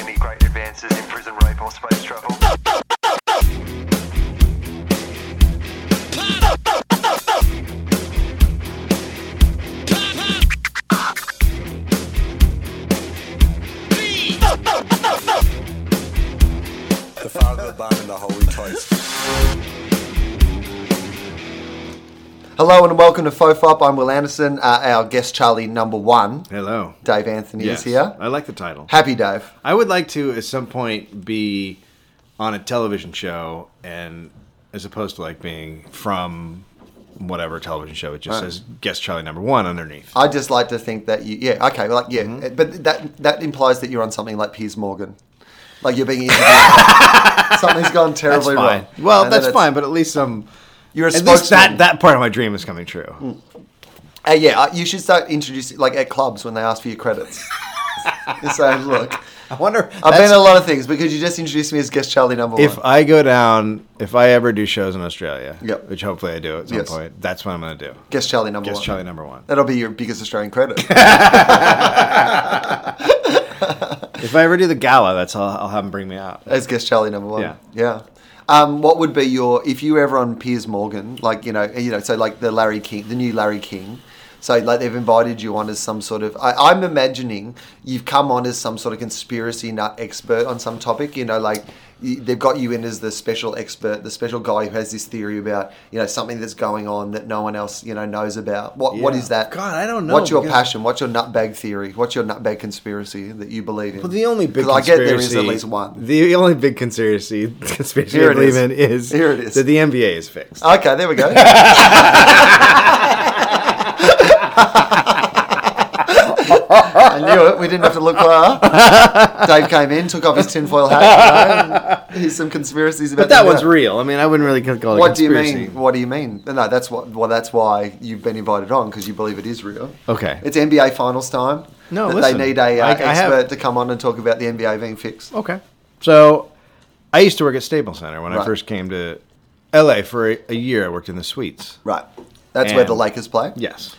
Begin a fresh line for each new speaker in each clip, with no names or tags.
any great advances in prison rape or space travel.
The farther the bun and the holy toast.
Hello and welcome to FOFOP. I'm Will Anderson. Uh, our guest Charlie number one,
Hello.
Dave Anthony, is here.
I like the title.
Happy Dave.
I would like to, at some point, be on a television show, and as opposed to like being from whatever television show, it just says guest Charlie number one underneath.
I just like to think that you, yeah, okay, well, like, yeah,
Mm-hmm.
but that that implies that you're on something like Piers Morgan, like you're being interviewed. Something's gone
That's
terribly
fine.
wrong.
Well,
And then
that's
it's-
fine, but at least some.
You're a
At least
spokesman.
that that part of my dream is coming true.
Hmm. Uh, yeah, uh, you should start introducing like at clubs when they ask for your credits. you say, look,
I wonder.
I've
that's-
been a lot of things because you just introduced me as guest Charlie number
if
one.
I go down, if I ever do shows in Australia,
Yep.
which hopefully I do at some
Yes.
point, that's what I'm going to do.
Guest Charlie number
Guest
one.
Charlie number one.
That'll be your biggest Australian credit.
If I ever do the gala, that's all. I'll have them bring me out.
As guest Charlie number one.
Yeah.
Yeah. Um, what would be your if you were ever on Piers Morgan, like you know, you know, so like the Larry King, the new Larry King. So like they've invited you on as some sort of. I, I'm imagining you've come on as some sort of conspiracy nut expert on some topic. You know, like you, they've got you in as the special expert, the special guy who has this theory about you know something that's going on that no one else you know knows about. What what
Yeah.
is that?
God, I don't know,
What's your
because-
passion? What's your nutbag theory? What's your nutbag conspiracy that you believe in?
Well, the only big
'Cause I
conspiracy,
get there is at least one.
The only big conspiracy, conspiracy
Here
I
it
believe
is.
in is,
Here it is.
that the NBA is fixed.
Okay, there we go. I knew it. We didn't have to look far. Dave came in, took off his tinfoil hat. You know, and here's some conspiracies about
but that
the-
one's real. I mean, I wouldn't really call it a
What do you
conspiracy.
mean? What do you mean? No, that's what. Well, that's why you've been invited on because you believe it is real.
Okay.
It's NBA finals time.
No,
That
listen,
they need a uh,
I- I
expert
have-
to come on and talk about the NBA being fixed.
Okay. So, I used to work at Staples Center when
Right.
I first came to LA for a, a year. I worked in the suites.
Right. That's where the
And-
Lakers play.
Yes.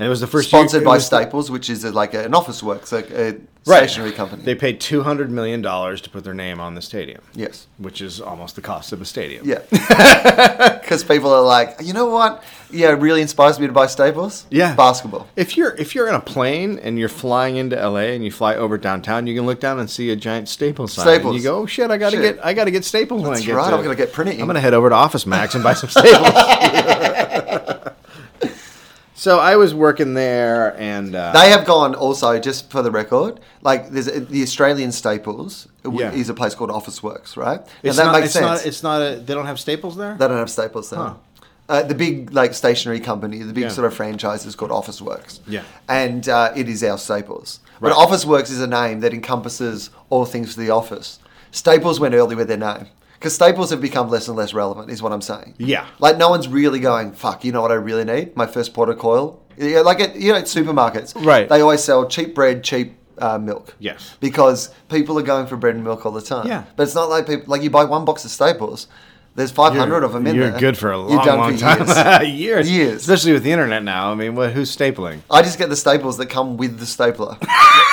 And it was the first year-
Sponsored
it
by
was the-
Staples, which is a, like an office works, a, a
Right.
stationery company.
They paid two hundred million dollars to put their name on the stadium.
Yes.
Which is almost the cost of a stadium.
Yeah. Because people are like, you know what? Yeah, it really inspires me to buy Staples.
Yeah,
Basketball.
If you're if you're in a plane and you're flying into LA and you fly over downtown, you can look down and see a giant Staples sign.
Staples.
And you go, oh shit, I gotta
Shit.
get I gotta get Staples when I
That's
get
right,
to-
I'm gonna get printing.
I'm gonna head over to Office Max and buy some Staples. so I was working there and uh,
They have gone also, just for the record, like there's a, the Australian Staples w-
Yeah.
is a place called Office Works, right? and
it's
that
not,
makes
it's
sense.
Not, it's not a, they don't have Staples there.
they don't have Staples there.
Huh.
Uh, the big like stationery company, the big
Yeah.
sort of franchise is called Office Works.
Yeah.
and uh, it is our Staples. But
Right.
Office Works is a name that encompasses all things for the office. Staples went early with their name because Staples have become less and less relevant. Is what I'm saying.
Yeah.
like no one's really going. Fuck, you know what I really need? My first port of coil. Yeah, like at, you know, at supermarkets,
Right.
They always sell cheap bread, cheap uh, milk.
Yes.
because people are going for bread and milk all the time.
Yeah.
but it's not like people like you buy one box of Staples. There's five hundred of them in
you're
there.
good for a
You're
long,
done
long
for
time.
years.
years,
Years.
especially with the internet now. I mean, what, who's stapling?
I just get the staples that come with the stapler,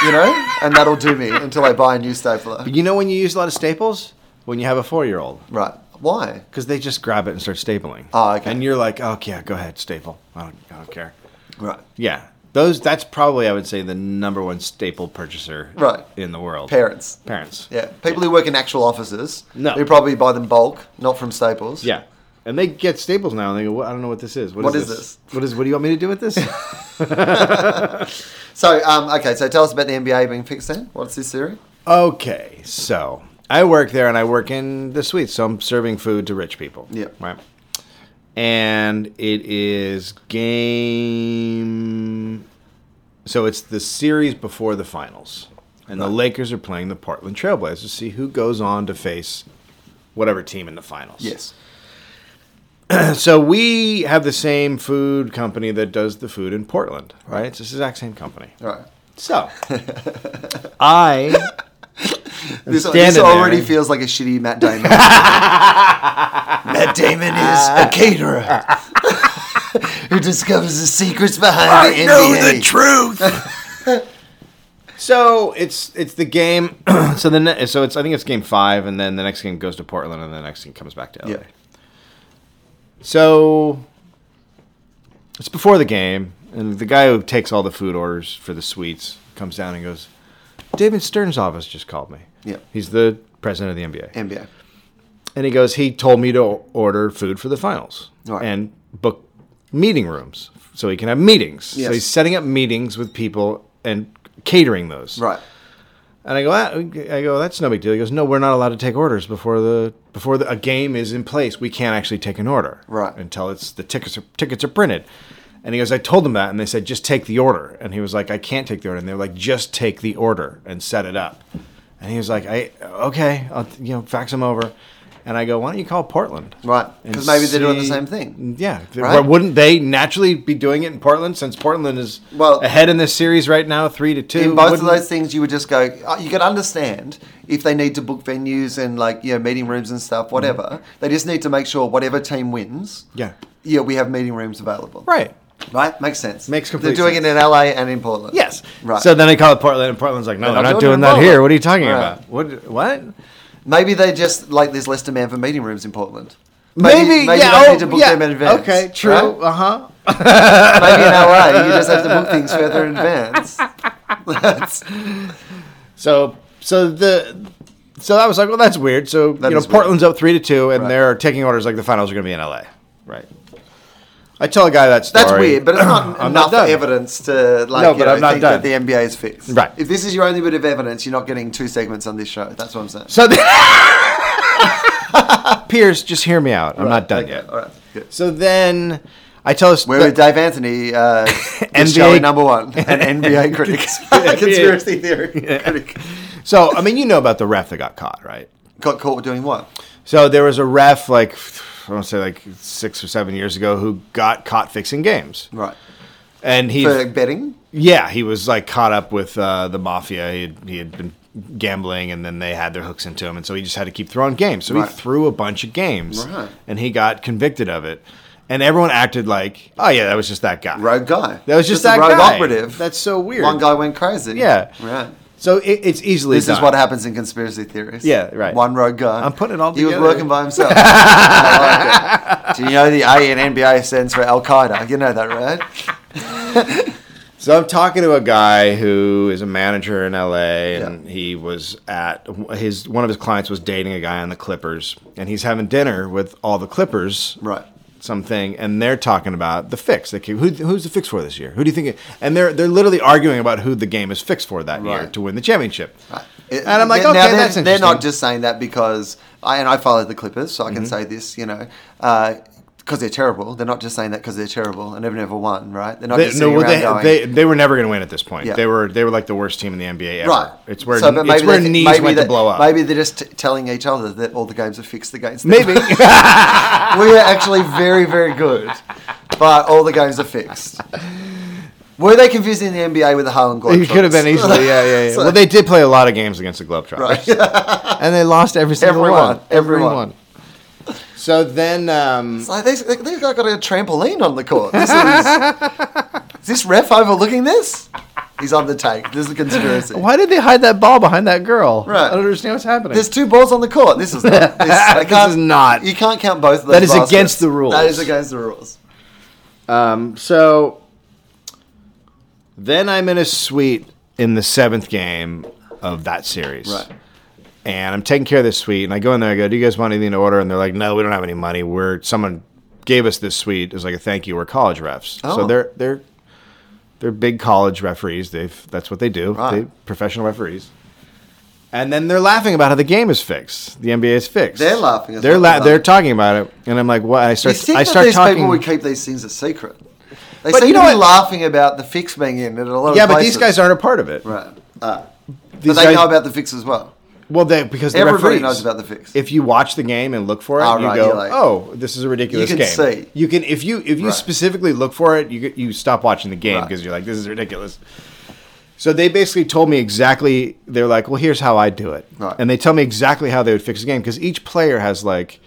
you know, and that'll do me until I buy a new stapler.
You know when you use a lot of staples? When you have a four-year-old.
Right? Why?
Because they just grab it and start stapling.
Oh, okay.
And you're like, oh, yeah, go ahead, staple. I don't, I don't care.
Right.
Yeah. Those, that's probably, I would say, the number one staple purchaser
Right.
in the world.
Parents.
Parents.
Yeah, people who work in actual offices.
No.
who probably buy them bulk, not from Staples.
Yeah. And they get staples now, and they go, well, I don't know what this is.
What is
is
this?
What is? What do you want me to do with this?
So, um, okay, so tell us about the NBA being fixed then. What's this theory?
Okay, so I work there and I work in the suites, so I'm serving food to rich people.
Yeah.
Right. And it is game. So it's the series before the finals. and the Lakers are playing the Portland Trailblazers to see who goes on to face whatever team in the finals.
Yes.
So we have the same food company that does the food in Portland, right? It's the exact same company.
All right.
So I am
This,
standing
this already
there.
feels like a shitty Matt Damon. Matt Damon is a caterer who discovers the secrets behind the NBA.
truth. so it's it's the game. so the ne- so it's I think it's game five, and then the next game goes to Portland, and the next game comes back to LA.
Yeah.
So it's before the game, and the guy who takes all the food orders for the suites comes down and goes, "David Stern's office just called me.
Yeah.
he's the president of the NBA,
NBA.
and he goes, he told me to order food for the finals
Right.
and book meeting rooms so he can have meetings.
Yes.
So he's setting up meetings with people and catering those.
Right.
And I go, "Ah," I go, that's no big deal. He goes, no, we're not allowed to take orders before the before the, a game is in place. We can't actually take an order
Right.
until it's the tickets are, tickets are printed. And he goes, I told them that, and they said just take the order. And he was like, I can't take the order. And they were like, just take the order and set it up. And he was like, I okay, I'll, you know, fax them over. And I go, why don't you call Portland?
Right.
And
'Cause maybe they're doing the
see-
same thing.
Yeah,
Right.
wouldn't they naturally be doing it in Portland since Portland is
Well-
ahead in this series right now, three to two?
In both of
Wouldn't-
those things, you would just go. uh, You could understand if they need to book venues and like you know meeting rooms and stuff, whatever. They just need to make sure whatever team wins.
Mm-hmm. Yeah.
Yeah, we have meeting rooms available.
right.
Right. Makes sense.
Makes
They're
complete
doing
sense.
it in LA and in Portland.
Yes.
Right.
So then I call it Portland, and Portland's like, no,
They're
they're
not
not
doing
doing
it
that
well.
here. What are you talking
Right.
about? What? What?
Maybe they just like there's less demand for meeting rooms in Portland.
Maybe,
maybe
yeah.
they
oh,
need to book
yeah.
them in advance.
Okay, true.
right?
Uh huh.
Maybe in LA you just have to book things further in advance. That's,
So, so the, so I was like, well, that's weird. So
That
you know,
is weird.
Portland's up three to two, and
Right.
they're taking orders like the finals are going to be in LA. Right. I tell a guy that story.
that's weird, but it's not
I'm
enough
not done.
evidence to like
No,
you
but
know,
I'm not
think
done.
that the NBA is fixed.
Right.
If this is your only bit of evidence, you're not getting two segments on this show. That's what I'm saying.
So, the- Piers, just hear me out. I'm not done
Okay,
yet.
All right. Good.
So then I tell us
We're with Dave Anthony, uh, NBA
NBA
number one, an NBA critic, conspiracy theory critic.
So I mean, you know about the ref that got caught, right?
Got caught doing what?
So there was a ref like I want to say like six or seven years ago who got caught fixing games,
Right.
and he
For betting.
yeah he was like caught up with uh, the mafia. He had, he had been gambling, and then they had their hooks into him, and so he just had to keep throwing games. So
Right.
he threw a bunch of games,
Right.
and he got convicted of it. And everyone acted like, oh yeah, that was just that guy.
Rogue guy.
That was just,
a
that
rogue
guy.
operative.
That's so weird.
One guy went crazy.
Yeah.
Right.
So it, it's easily
This is
done.
what happens in conspiracy theories.
Yeah, right.
One rogue guy.
I'm putting it all
he
together.
was working by himself. I like it. Do you know the A in NBA stands for Al Qaeda? You know that, right?
So I'm talking to a guy who is a manager in LA, and he was at his one of his clients was dating a guy on the Clippers, and he's having dinner with all the Clippers,
Right.
Something, and they're talking about the fix. They keep, who, who's the fix for this year? Who do you think? It, and they're they're literally arguing about who the game is fixed for that year
Right.
to win the championship.
It-
And I'm like,
now,
okay,
they're,
that's
They're not
interesting. Mm-hmm.
just saying that because I and I follow the Clippers, so I can say this. You know. Uh, because they're terrible. They're not just saying that because they're terrible and have never won, right? They're not
They,
just
no,
sitting
well,
around
they,
going,
they, they were never going to win at this point.
Yeah.
They were they were like the worst team in the NBA ever.
Right.
It's where
So, but
it's where
they-
knees
maybe
went
they-
to blow up.
Maybe they're just t- telling each other that all the games are fixed against them.
maybe.
we are actually very, very good, but all the games are fixed. Were they confusing the NBA with the Harlem Globetrotters?
It could have been easily, yeah, yeah. yeah.
So-
well, they did play a lot of games against the Globetrotters, and they lost every single
Everyone,
one.
everyone.
So then, um,
It's like these, these guys got a trampoline on the court. This is, is this ref overlooking this? He's on the take. This is a conspiracy.
why did they hide that ball behind that girl?
Right.
I don't understand what's happening.
There's two balls on the court. This is not. This, I
This
can't-
is not.
You can't count both of those.
That is
baskets.
against the rules.
That is against the rules.
Um, so then I'm in a suite in the seventh game of that series.
Right.
And I'm taking care of this suite, and I go in there. I go, "Do you guys want anything to order?" And they're like, "No, we don't have any money. We're someone gave us this suite as like a thank you. We're college refs,
Oh.
so they're they're they're big college referees. They've that's what they do.
Right.
They professional referees. And then they're laughing about how the game is fixed. The NBA is fixed.
They're laughing as
They're
well,
la- they're
right?
talking about it, and I'm like, "What?" And I
You
start.
think
I
that
start
these
talking.
people would keep these things a secret? They
But
seem
you know
to be
what?
laughing about the fix being in at a lot of
yeah, but these
places.
guys aren't a part of it.
Right. Ah.
these
but they
guys-
know about the fix as well.
Well, they because the
Everybody
referees-
knows about the fix.
If you watch the game and look for it,
Oh,
you
right,
go,
you're like-
"Oh, this is a ridiculous
You can
game."
see.
You can if you if you
Right.
specifically look for it, you get- you stop watching the game
Right.
because you're like, "This is ridiculous." So they basically told me exactly. They're like, "Well, here's how I do it,"
Right.
and they tell me exactly how they would fix the game because each player has like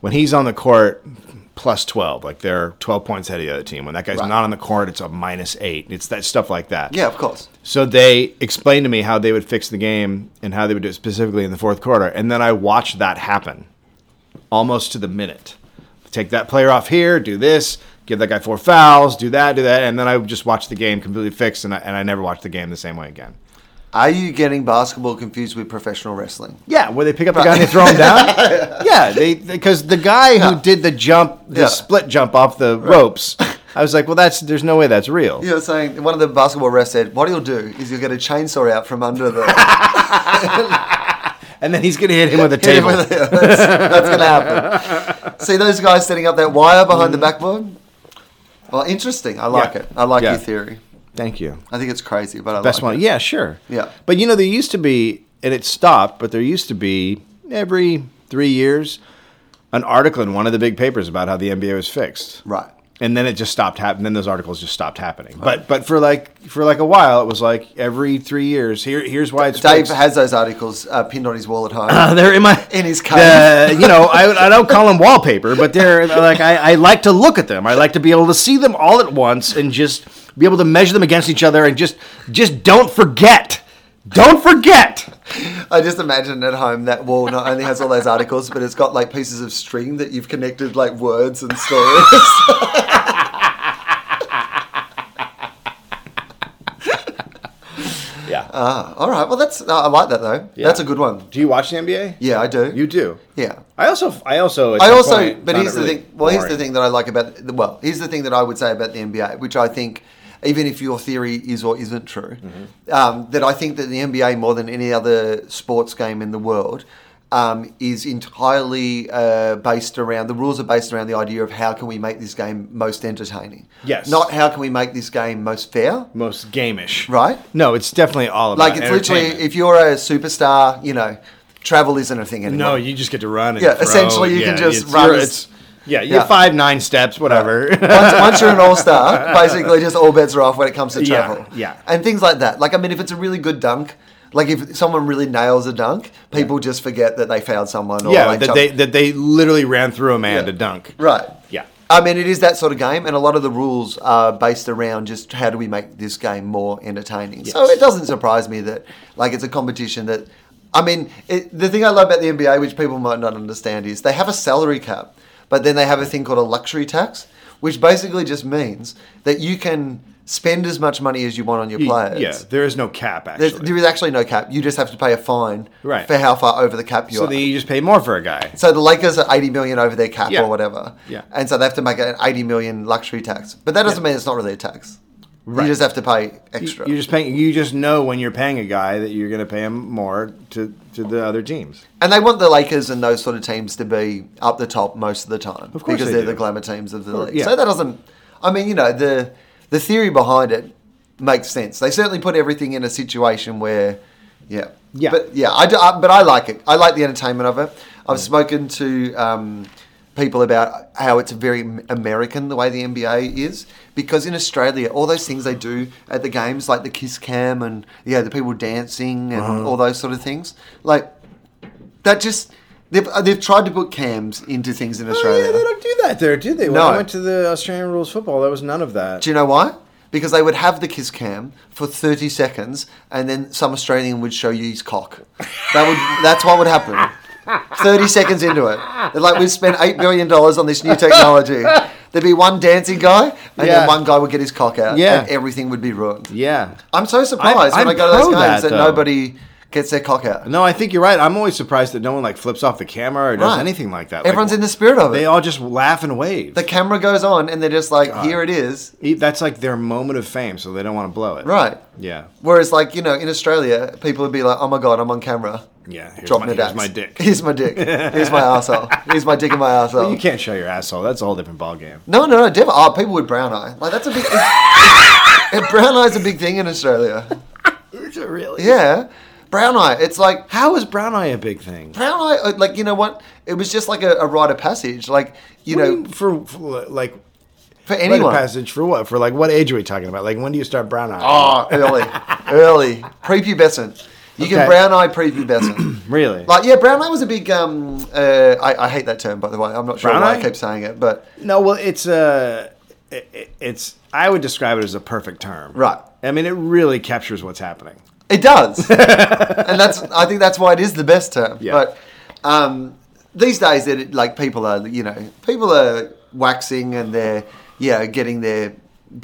when he's on the court plus 12 like they're 12 points ahead of the other team when that guy's
Right.
not on the court it's a minus 8 it's that stuff like that
Yeah, of course.
so they explained to me how they would fix the game and how they would do it specifically in the fourth quarter. And then I watched that happen almost to the minute. Take that player off here, do this, give that guy four fouls, do that, do that. And then I would just watched the game completely fixed and I, and I never watched the game the same way again.
Are you getting basketball confused with professional wrestling?
Yeah, where they pick up the guy and they throw him down. yeah, they because the guy who
Yeah.
did the jump, the
Yeah.
split jump off the ropes, I was like, well, that's there's no way that's real.
You were saying one of the basketball refs said, "What he'll do is he'll get a chainsaw out from under the
And then he's gonna hit him with a
Hit him
table.
with it. that's, that's gonna happen." See those guys setting up that wire behind the backboard. Well, interesting. I like
Mm. Yeah.
it. I like
Yeah.
your theory.
Thank you.
I think it's crazy, but I
Best
like
one. Yeah, sure.
Yeah.
But you know, there used to be, and it stopped, but there used to be every three years an article in one of the big papers about how the NBA was fixed.
it. Right.
And then it just stopped happening. Then those articles just stopped happening. But but for like for like a while, it was like every three years. Here here's why it's
Dave
fixed.
has those articles uh, pinned on his wall at home.
Uh, they're in my
In his cave.
Uh, you know, I, I don't call them wallpaper, but they're like I, I like to look at them. I like to be able to see them all at once and just be able to measure them against each other and just just don't forget. Don't forget.
I just imagine at home that wall not only has all those articles, but it's got like pieces of string that you've connected like words and stories.
Yeah.
Ah, all right. Well, that's uh, I like that though.
Yeah.
That's a good one.
do you watch the NBA?
Yeah, I do.
You do.
Yeah.
I also I also at
I
some
also,
point
but
found
here's
it
the
really
thing. Well, here's the
boring.
thing that I like about the, well, here's the thing that I would say about the NBA, which I think, even if your theory is or isn't true,
Mm-hmm.
um, that I think that the NBA more than any other sports game in the world. Um, is entirely uh, based around the rules are based around the idea of how can we make this game most entertaining.
Yes.
Not how can we make this game most fair.
most gamish.
Right?
No, it's definitely all about
Like it's literally
entertainment.
if you're a superstar, you know, travel isn't a thing anymore.
No, you just get to run. And
Yeah,
throw.
essentially you can just
it's-
run
you're-
as-
It's, yeah, you're
Yeah.
five nine steps, whatever.
once, once you're an all star, basically just all bets are off when it comes to
Yeah,
travel.
yeah.
And things like that. Like, I mean, if it's a really good dunk, like if someone really nails a dunk, people just forget that they fouled someone or
yeah,
like
that
jumped-
they that they literally ran through a man
Yeah.
to dunk.
Right.
Yeah.
I mean, it is that sort of game, and a lot of the rules are based around just how do we make this game more entertaining. So
Yes.
it doesn't surprise me that, like, it's a competition that. I mean, it, the thing I love about the NBA, which people might not understand, is they have a salary cap, but then they have a thing called a luxury tax, which basically just means that you can spend as much money as you want on your
You-
players.
Yeah, there is no cap actually.
There's, there is actually no cap. You just have to pay a fine
Right.
for how far over the cap you
so
are.
then you just pay more for a guy.
So the Lakers are 80 million over their cap
Yeah.
or whatever.
Yeah.
And so they have to make an 80 million luxury tax. But that doesn't mean it's not really a tax.
Right.
You just have to pay extra.
You're just paying. You just know when you're paying a guy that you're going to pay him more to to the other teams.
and they want the Lakers and those sort of teams to be up the top most of the time.
Of course
Because
they
are
do.
the glamour teams of the league.
yeah.
So that doesn't I mean, you know, the the theory behind it makes sense. They certainly put everything in a situation where yeah.
Yeah.
But yeah, I, do, I but I like it. I like the entertainment of it. I've
Mm.
spoken to um, people about how it's very Am- American the way the NBA is because in Australia all those things they do at the games like the kiss cam and yeah the people dancing and
Uh-huh.
all those sort of things like that just they've uh, they've tried to put cams into things
Oh,
in Australia.
do that there, do they?
When No. I went to
the Australian rules football, there was none of that.
Do you know why? Because they would have the kiss cam for 30 seconds and then some Australian would show you his cock. That would that's what would happen. 30 seconds into it. They're like, we've spent $8 billion on this new technology. There'd be one dancing guy, and
Yeah.
then one guy would get his cock out,
Yeah.
and everything would be ruined.
Yeah.
I'm so surprised
I'm
when I go to those
pro
games
that,
that,
though.
nobody gets their cock out.
No, I think you're right. I'm always surprised that no one like flips off the camera or does anything like that. Like,
Everyone's in the spirit of it.
They all just laugh and wave.
the camera goes on, and they're just like, here it is.
E- That's like their moment of fame, so they don't want to blow it.
Right.
Yeah.
Whereas, like, you know, in Australia, people would be like, oh my God, I'm on camera.
Yeah. Here's,
Drop
my,
my,
here's
dad.
my dick.
Here's my dick. Here's my arsehole. Here's my dick and my arsehole.
you can't show your asshole. That's a whole different ballgame.
No, no, no. Dev- oh, people with brown eye. Like, that's a big... It's, brown eye's a big thing in Australia.
Is it really?
Yeah. Brown Eye. It's like
How is Brown Eye a big thing?
Brown Eye. uh, Like you know what? It was just like a, a rite of passage. Like you
What do
know,
for, for like
for
rite of
anyone.
passage for what? For like what age are we talking about? Like when do you start Brown Eye?
Oh, early, early, prepubescent. You
Okay.
can brown eye prepubescent.
really?
Like yeah, brown eye was a big. Um, uh, I, I hate that term by the way. I'm not sure
Brown
why
eye?
I keep saying it, but
No, well, it's a, it, it's. I would describe it as a perfect term.
Right.
I mean, it really captures what's happening.
it does, and that's. I think that's why it is the best term.
Yeah.
But um, these days, it like people are you know people are waxing and they're you know getting their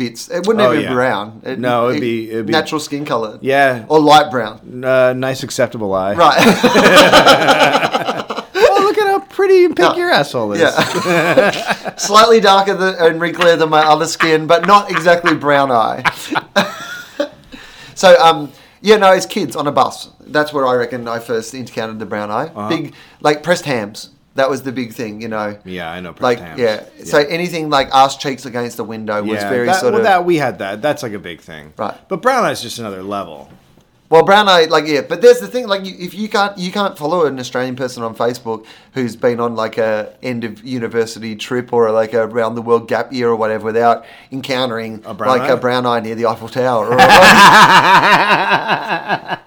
bits. It wouldn't
Oh,
even
yeah.
be brown. It,
No, it'd be- it'd be-
natural skin color.
Yeah.
or light brown.
Uh, nice, acceptable eye.
Right.
Oh, look at how pretty and pink
Yeah.
your asshole is.
Yeah. Slightly darker than, and wrinklier than my other skin, but not exactly brown eye. so, um, yeah, no, it's kids on a bus. That's where I reckon I first encountered the brown eye.
Uh-huh.
Big, like pressed hams. That was the big thing, you know.
Yeah, I know pressed
like,
hams.
Yeah.
Yeah.
So anything like ass cheeks against the window was very
that,
sort
well,
of.
that we had that. That's like a big thing.
Right.
But brown eye's just another level.
Well, brown eye, like yeah, but there's the thing, like you, if you can't you can't follow an Australian person on Facebook who's been on like a end of university trip or like a round the world gap year or whatever without encountering
brown
like
eye?
a brown eye near the Eiffel Tower.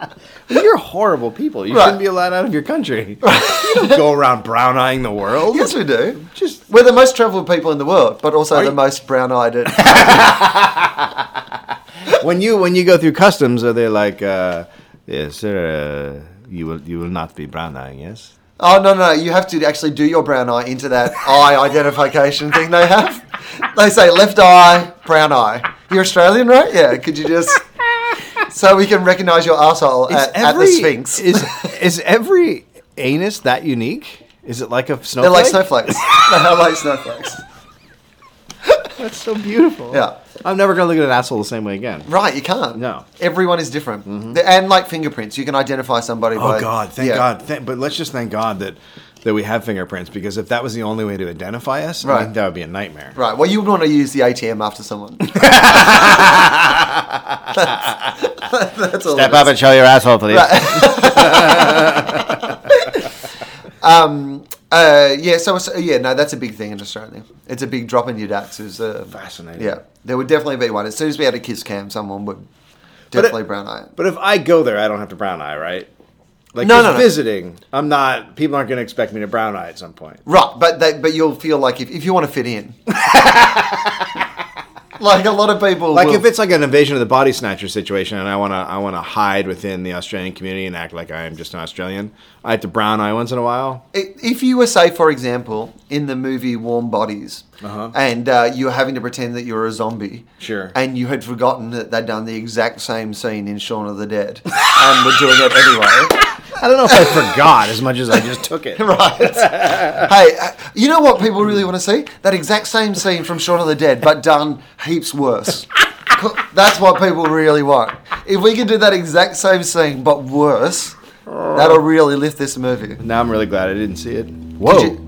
Or, or-
You're horrible people. You
Right.
shouldn't be allowed out of your country. you don't go around brown eyeing the world.
yes, we do.
Just
We're the most travelled people in the world, but also
Are
the
you-
most brown-eyed. and-
when you when you go through customs, are they like, uh, yes, sir, uh, you will you will not be brown eyeing, yes?
oh no, no, you have to actually do your brown eye into that eye identification thing they have. They say left eye, brown eye. You're Australian, right? Yeah. Could you just? So we can recognise your asshole at, at the Sphinx.
Is is every anus that unique? Is it like a snowflake?
They're like snowflakes. They're like snowflakes.
That's so beautiful.
Yeah.
I'm never gonna look at an asshole the same way again.
Right, you can't.
No. Mm-hmm.
Everyone is different. The- And like fingerprints, you can identify somebody by.
Oh God! Thank
yeah.
God! Thank, but let's just thank God that that we have fingerprints because if that was the only way to identify us, I
Right.
think that would be a nightmare.
Right, well, you would want to use the ATM after someone. that's, that's all it is.
and show your asshole, please.
Uh, yeah, so, so- yeah, no, that's a big thing in Australia. It's a big drop in your dats. Is, uh,
Fascinating.
Yeah, there would definitely be one. As soon as we had a kiss cam, someone would
it-
definitely brown eye. it.
But if I go there, I don't have to brown eye, right? Like
No,
just
no, no.
visiting, I'm not. People aren't going to expect me to brown eye at some point.
Right, but they, but you'll feel like if, if you want to fit in. like a lot of people.
Like
will-
if it's like an invasion of the body snatcher situation, and I want to, I want to hide within the Australian community and act like I am just an Australian. I have to brown eye once in a while.
I- If you were, say, for example, in the movie Warm Bodies, and uh, you were having to pretend that you were a zombie,
Uh-huh. Sure.
and you had forgotten that they'd done the exact same scene in Shaun of the Dead, and were doing it anyway,
I don't know if I forgot as much as I just took it.
right? hey, uh, you know what people really want to see? That exact same scene from Shaun of the Dead, but done heaps worse. Co- That's what people really want. If we could do that exact same scene but worse, that'll really lift this movie.
Now I'm really glad I didn't see it. Whoa!
Did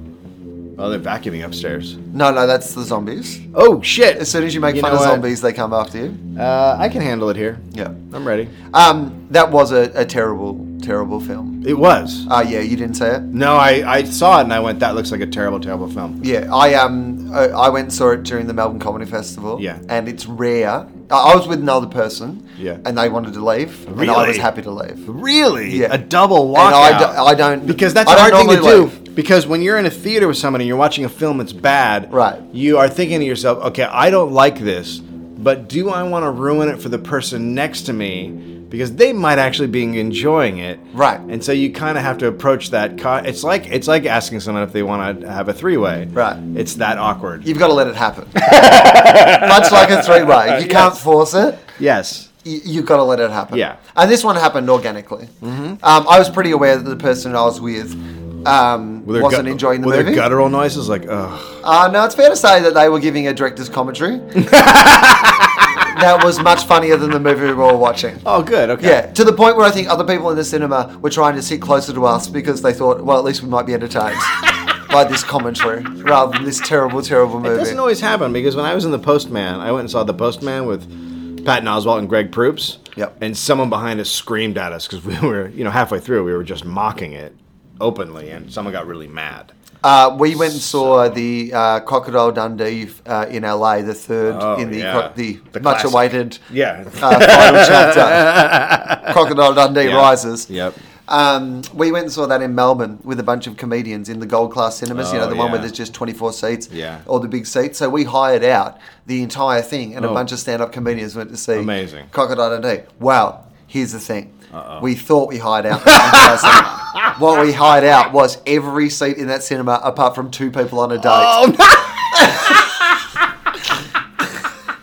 Oh, they're vacuuming upstairs.
No, no, that's the zombies.
Oh shit!
As soon as you make fun
know
of
what?
zombies, they come after you.
uh, I can handle it here.
Yeah.
I'm ready.
Um, that was a, a terrible, terrible film.
It was.
Ah, yeah, you didn't say it.
No, I, I saw it and I went, that looks like a terrible, terrible film.
Yeah, I um, I I went and saw it during the Melbourne Comedy Festival.
Yeah.
and it's rare. I I was with another person.
Yeah.
and they wanted to leave, and I
Really?
was happy to leave.
Really?
Yeah.
A double
And I
walkout.
do- I don't-
because that's
I
a hard
don't
thing to
normally
do.
leave.
Because when you're in a theater with somebody, and you're watching a film that's bad.
Right.
You are thinking to yourself, okay, I don't like this, but do I want to ruin it for the person next to me? Because they might actually be enjoying it.
Right.
And so you kind of have to approach that. Co- it's like it's like asking someone if they want to have a three way.
Right.
It's that awkward.
You've got to let it happen. Much like a three-way, you can't force it.
yes.
you, you've got to let it happen.
Yeah. Mm-hmm.
And this one happened organically. Um, I was pretty aware that the person I was with um,
Were there
wasn't
gut-
enjoying the
were there
movie.
guttural noises like, ugh.
Uh, no, it's fair to say that they were giving a director's commentary. that was much funnier than the movie we were watching.
Oh, good. Okay.
Yeah, to the point where I think other people in the cinema were trying to sit closer to us because they thought, well, at least we might be entertained by this commentary rather than this terrible, terrible movie.
It doesn't always happen because when I was in the Postman, I went and saw the Postman with Patton Oswalt and Greg Proops.
Yep.
And someone behind us screamed at us because we were, you know, halfway through, we were just mocking it openly, and someone got really mad.
Uh, we went and saw the uh, Crocodile Dundee uh, in LA, the third
Oh,
in the
yeah.
cro- the,
The
much
classic.
awaited
Yeah.
uh, final chapter, Crocodile Dundee
Yeah.
Rises.
Yep.
Um, we went and saw that in Melbourne with a bunch of comedians in the Gold Class cinemas. you know
Oh,
the one where
yeah.
there's just 24 seats,
Yeah.
or the big seats. So we hired out the entire thing, and a
Oh.
bunch of stand-up comedians went to see
Amazing.
Crocodile Dundee. Wow, here's the thing. We thought we hired out. The entire cinema. what we hired out was every seat in that cinema apart from two people on a date.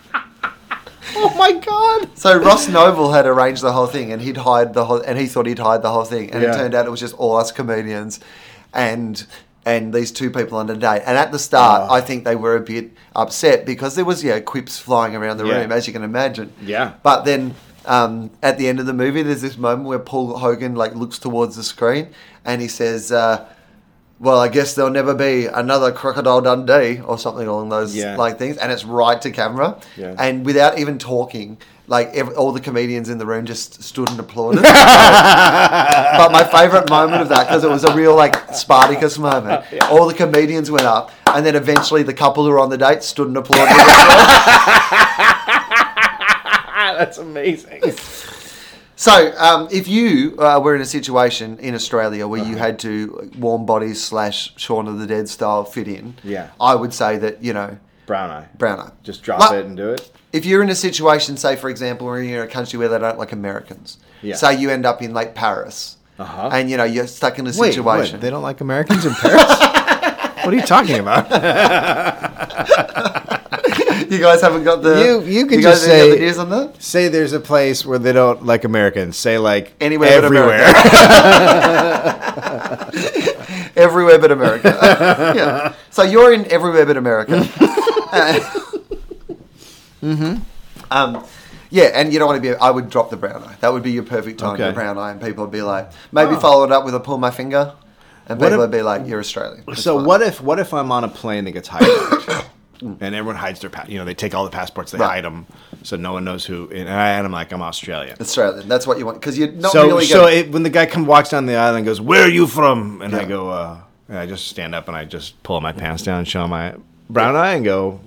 Oh my god!
So Ross Noble had arranged the whole thing, and he'd hired the whole, and he thought he'd hired the whole thing, and it
Yeah.
turned out it was just all us comedians, and and these two people on a date. And at the start,
Ah.
I think they were a bit upset because there was you know, quips flying around the
Yeah.
room, as you can imagine.
Yeah.
But then um, at the end of the movie, there's this moment where Paul Hogan like looks towards the screen, and he says. Uh, well, I guess there'll never be another Crocodile Dundee or something along those
Yeah.
like things, and it's right to camera,
Yeah.
and without even talking, like ev all the comedians in the room just stood and applauded. but my favourite moment of that because it was a real like Spartacus moment. All the comedians went up, and then eventually the couple who were on the date stood and applauded.
Ah, that's amazing.
So, um, if you uh, were in a situation in Australia where
Uh-huh.
you had to warm bodies slash Shaun of the Dead style fit in,
Yeah.
I would say that you know
Brown eye.
browner.
Just drop
Like-
it and do it.
If you're in a situation, say for example, where you're in a country where they don't like Americans,
Yeah.
say you end up in like Paris,
Uh-huh.
and you know you're stuck in a situation.
They don't like Americans in Paris? what are you talking about?
you guys haven't got the
You- you can
guys
just
have any
say-
other news on that.
Say there's a place where they don't like Americans. Say like
Anywhere but
everywhere.
Everywhere but America. yeah. So you're in everywhere but America. mm-hmm. Um, yeah, and you don't want to be. I would drop the brown eye. That would be your perfect time to
Okay. Oh.
brown eye, and people would be like, maybe follow it up with a pull my finger, and
What
people
if-
would be like, you're Australian. It's
so
fine.
what if what if I'm on a plane that gets hijacked? And everyone hides their, pa- you know, they take all the passports, they
Right.
hide 'em, hide them, so no one knows who. And, I, and I'm like, I'm Australian.
Australian? That's what you want because you're not
so,
really.
so
gonna-
it, when the guy come walks down the aisle and goes, "Where are you from?" and I
Yeah.
go, uh, and I just stand up and I just pull my pants down and show my brown eye and go,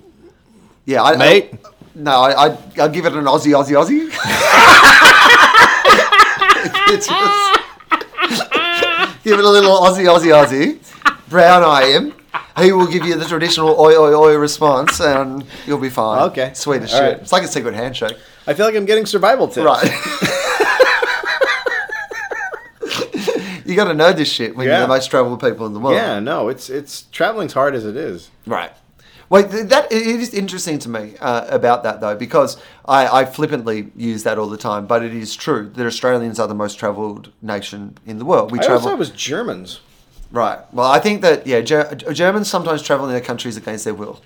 yeah, I, I-
mate.
no, I, I I'll give it an Aussie, Aussie, Aussie. it's just, give it a little Aussie, Aussie, Aussie. Brown eye him. He will give you the traditional oi, oi, oi response, and you'll be fine.
Okay.
sweet as
All
shit.
right.
It's like a secret handshake,
I feel like I'm getting survival tips.
right? you got to know this shit when
Yeah.
you're the most traveled people in the world.
Yeah, no, it's it's traveling's hard as it is.
Right. Well, th- that it it is interesting to me uh, about that though, because I, I flippantly use that all the time, but it is true that Australians are the most travelled nation in the world. We
I always
travel
thought it was Germans.
right. Well, I think that yeah, Ger- uh, Germans sometimes travel in their countries against their will.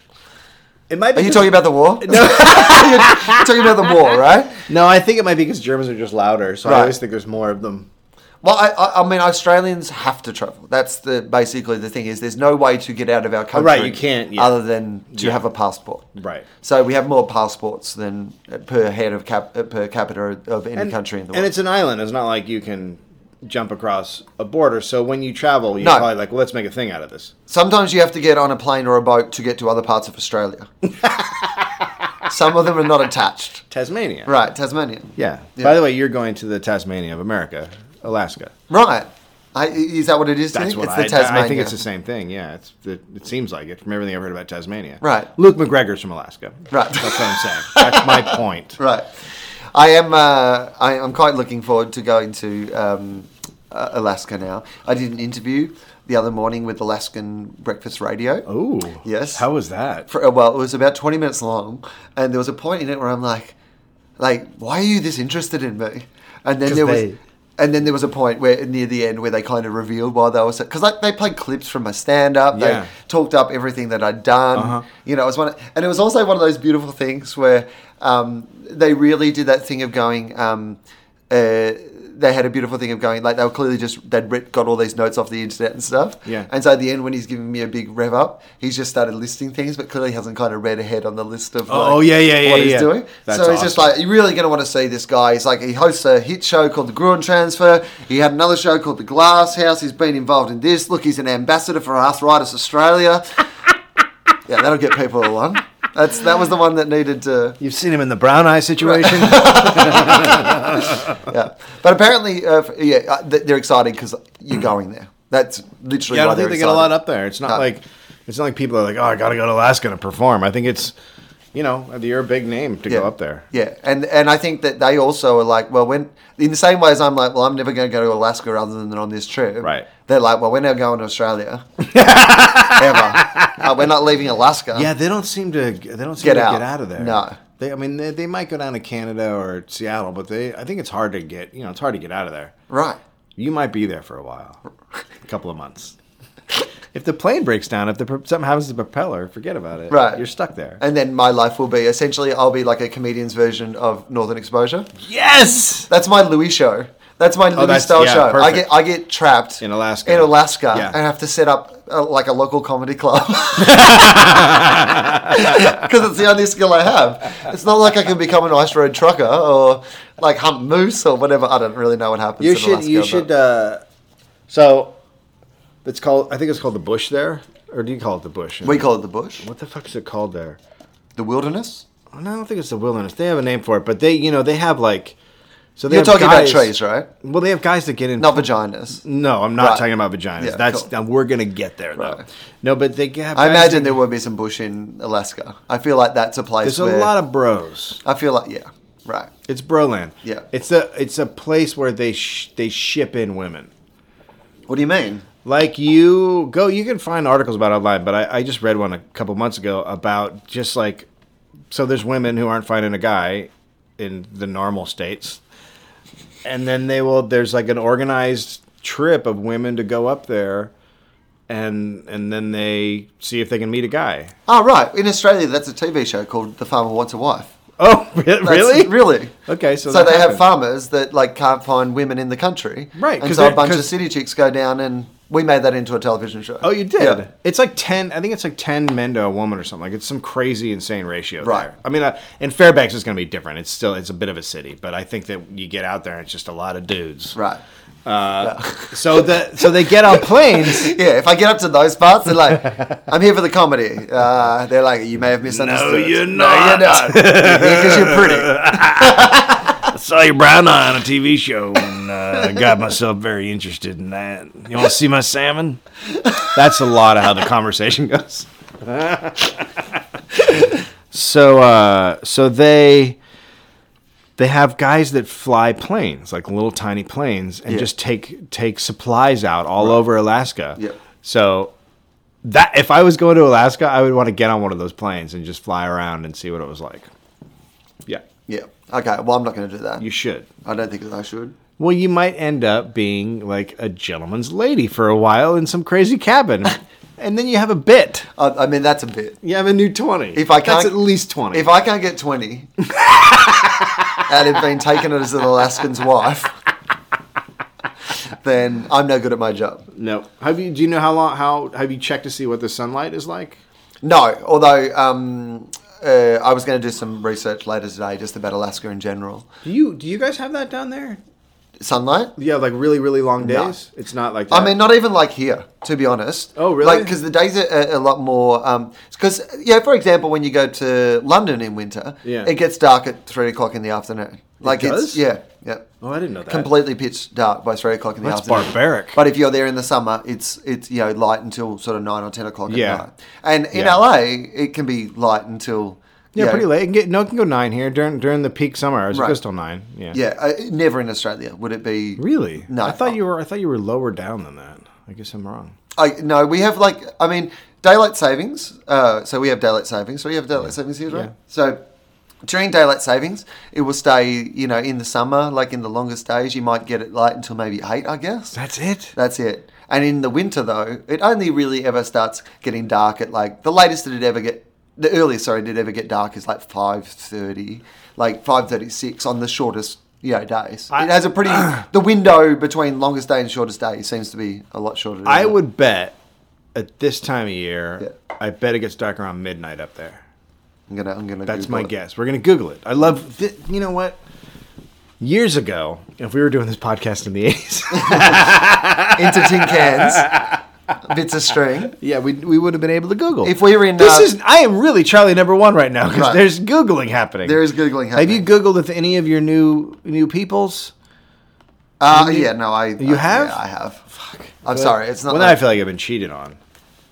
It might be
Are you
'cause-
talking about the war? No, you're talking about the war, right?
No, I think it might be because Germans are just louder. So
Right.
I always think there's more of them.
Well, I, I, I mean, Australians have to travel. That's the basically the thing is there's no way to get out of our country.
right, you can't, yeah.
Other than to
Yeah.
have a passport.
Right.
So we have more passports than uh, per head of cap, uh, per capita of any
And,
country in the
and
world.
it's an island. It's not like you can jump across a border. So when you travel, you're
No.
probably like, well, let's make a thing out of this.
Sometimes you have to get on a plane or a boat to get to other parts of Australia. Some of them are not attached.
Tasmania.
Right, Tasmania.
Yeah.
Yeah.
By the way, you're going to the Tasmania of America, Alaska.
Right. I, is that what it is? do you
That's
think?
what
it's
I,
the Tasmania.
I think it's the same thing. Yeah, it's the, it seems like it from everything I've heard about Tasmania.
Right.
Luke McGregor's from Alaska.
Right.
That's what I'm saying. That's my point.
Right. I am. Uh, I am quite looking forward to going to um, uh, Alaska now. I did an interview the other morning with Alaskan Breakfast Radio.
Ooh.
Yes.
How was that?
For, uh, well, it was about twenty minutes long, and there was a point in it where I'm like, like, why are you this interested in me? And then
'Cause
there was.
they-
and then there was a point where near the end where they kind of revealed why they were because like they played clips from my stand up,
Yeah.
they talked up everything that I'd done.
Uh-huh.
You know, it was one, and it was also one of those beautiful things where um, they really did that thing of going. Um, uh, they had a beautiful thing of going like they were clearly just they'd writ- got all these notes off the internet and stuff.
Yeah.
And so at the end, when he's giving me a big rev up, he's just started listing things, but clearly hasn't kind of read ahead on the list of like,
Oh, yeah, yeah, yeah,
what he's
yeah.
doing.
That's
so he's just
awesome.
like you're really going to want to see this guy. He's like he hosts a hit show called The Gruen Transfer. He had another show called The Glass House. He's been involved in this. Look, he's an ambassador for Arthritis Australia. yeah, that'll get people along. That's that was the one that needed to.
You've seen him in the brown eye situation.
yeah. But apparently, uh, f- yeah, uh, th- they're excited because you're going there. That's literally.
Mm. yeah, I
why
don't think
they're
they get a lot
excited.
up there. It's not
No.
like it's not like people are like, oh, I gotta go to Alaska to perform. I think it's, you know, you're a big name to
Yeah.
go up there.
Yeah, and and I think that they also are like, well, when in the same way as I'm like, well, I'm never going to go to Alaska other than on this trip.
Right.
They're like, well, we're now going to Australia. Ever. Uh, we're not leaving Alaska.
Yeah, they don't seem to they don't seem
Get
to
out.
get out of there.
No.
they, I mean they, they might go down to Canada or Seattle, but they I think it's hard to get you know it's hard to get out of there.
Right.
You might be there for a while, a couple of months. if the plane breaks down, if the pro- something happens to the propeller, forget about it.
Right.
you're stuck there.
And then my life will be essentially I'll be like a comedian's version of Northern Exposure.
yes,
That's my Louis show. That's my Louis
Oh, that's-
style
yeah,
show. I
perfect.
get I get trapped
In Alaska.
In Alaska,
Yeah.
and have to set up uh like a local comedy club because it's the only skill I have. It's not like I can become an ice road trucker or like hunt moose or whatever. I don't really know what happens.
you
in
should
Alaska,
you
but-
should. Uh, so it's called I think it's called the bush there, or do you call it the bush?
we call it the bush,
what the fuck is it called there?
the wilderness.
I don't think it's the wilderness. They have a name for it, but they, you know, they have like. So they
You're
have
talking
guys-
about trees, right?
Well, they have guys that get in.
Not vaginas.
no, I'm not
Right.
talking about vaginas.
Yeah,
That's
cool.
now we're gonna get there though.
Right.
No, but they have.
I
guys
imagine
that-
there would be some bush in Alaska. I feel like that's a place.
There's
where,
a lot of bros.
I feel like yeah, right.
It's broland.
Yeah.
It's a it's a place where they sh- they ship in women.
What do you mean?
Like you go, you can find articles about it online, but I, I just read one a couple months ago about just like so there's women who aren't finding a guy in the normal states, and then they will there's like an organized trip of women to go up there, and and then they see if they can meet a guy.
Oh, right. In Australia, that's a TV show called The Farmer Wants a Wife.
Oh, re-
That's-
really?
Really.
Okay, so
So,
that
they have
happened.
farmers that like can't find women in the country.
Right,
And
'cause
so a
they're-
bunch of
'cause-
city chicks go down and we made that into a television show.
Oh, you did.
Yeah.
It's like ten. I think it's like ten men to a woman or something. Like it's some crazy, insane ratio.
Right.
There. I mean, uh, in Fairbanks, it's going to be different. It's still it's a bit of a city, but I think that you get out there and it's just a lot of dudes.
Right.
Uh, so the so they get on planes.
Yeah, if I get up to those parts, they're like, I'm here for the comedy. Uh, they're like, you may have misunderstood.
you're not.
No, you're not. Because you're pretty.
I saw your brown eye on a TV show and uh, got myself very interested in that. You want to see my salmon? That's a lot of how the conversation goes. so, uh, so they they have guys that fly planes, like little tiny planes, and
Yeah.
just take take supplies out all over Alaska.
Yep.
So that if I was going to Alaska, I would want to get on one of those planes and just fly around and see what it was like. Yeah,
Yeah. Okay, well, I'm not going to do that.
you should.
I don't think that I should.
Well, you might end up being like a gentleman's lady for a while in some crazy cabin, and then you have a bit.
I, I mean, that's a bit.
You have a new twenty.
If I can't,
that's at least twenty.
If I can't get twenty, and have been taken as an Alaskan's wife, then I'm no good at my job.
no, have you? Do you know how long? How have you checked to see what the sunlight is like?
No, although um, uh, I was going to do some research later today just about Alaska in general.
Do you? Do you guys have that down there?
Sunlight.
Yeah, like really, really long
No.
days. It's not like that.
I mean, not even like here, to be honest.
Oh, really?
Like, because the days are a, a lot more. Because, yeah, for example, when you go to London in winter,
Yeah.
it gets dark at three o'clock in the afternoon. Like, it's
does?
yeah, yeah.
Oh, I didn't know that.
Completely pitch dark by three o'clock in the
That's
afternoon.
barbaric.
But if you're there in the summer, it's it's you know light until sort of nine or ten o'clock
Yeah.
at night. And in
Yeah.
LA, it can be light until
yeah,
you know,
pretty late. It can get, no, it can go nine here during during the peak summer. hours. It
Right.
goes till nine. Yeah.
Yeah, uh, never in Australia would it be
Really?
No,
I thought you were. I thought you were lower down than that. I guess I'm wrong.
I no, we have like I mean daylight savings. Uh, so we have daylight savings. So we have daylight savings here, right?
Yeah.
So during daylight savings, it will stay. You know, in the summer, like in the longest days, you might get it light until maybe eight, I guess.
That's it.
That's it. And in the winter, though, it only really ever starts getting dark at like the latest that it ever get, the earliest sorry, did ever get dark is like five thirty, like five thirty six on the shortest you know, days. it has a pretty the window between longest day and shortest day seems to be a lot shorter. doesn't
I
it?
would bet at this time of year,
Yeah.
I bet it gets dark around midnight up there.
I'm gonna. I'm gonna.
That's
Google
my
it.
guess. We're gonna Google it. I love. Th- you know what? Years ago, if we were doing this podcast in the eighties,
Into tin cans, bits of string.
yeah, we, we would have been able to Google.
If we were in,
this
uh,
is I am really Charlie number one right now because
Right.
there's googling happening.
There is Googling
Have you
happening.
googled with any of your new new peoples?
Uh, yeah, no, I. You
have?
Yeah, I have. Fuck. I'm sorry. It's not.
Well, now I
like,
feel like I've been cheated on.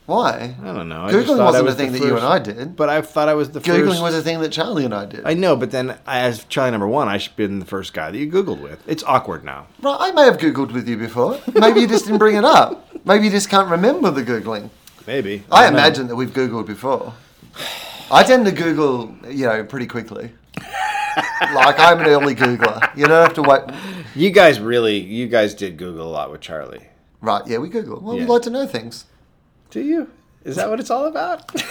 why?
I don't know. I just
Googling
thought
wasn't
I
a
was the
thing that you and
first-
I did.
But I thought I was the
Googling
first.
was a thing that Charlie and I did.
I know, but then I- as Charlie number one, I should have been the first guy that you googled with. It's awkward now.
Right, I may have Googled with you before. Maybe you just didn't bring it up. Maybe you just can't remember the Googling.
Maybe
I,
don't know.
imagine that we've Googled before. I tend to Google, you know, pretty quickly. like I'm an early Googler. You don't have to wait.
you guys really you guys did Google a lot with Charlie.
Right, yeah, we Google. Well,
Yeah.
we like to know things.
Do you? Is that what it's all about?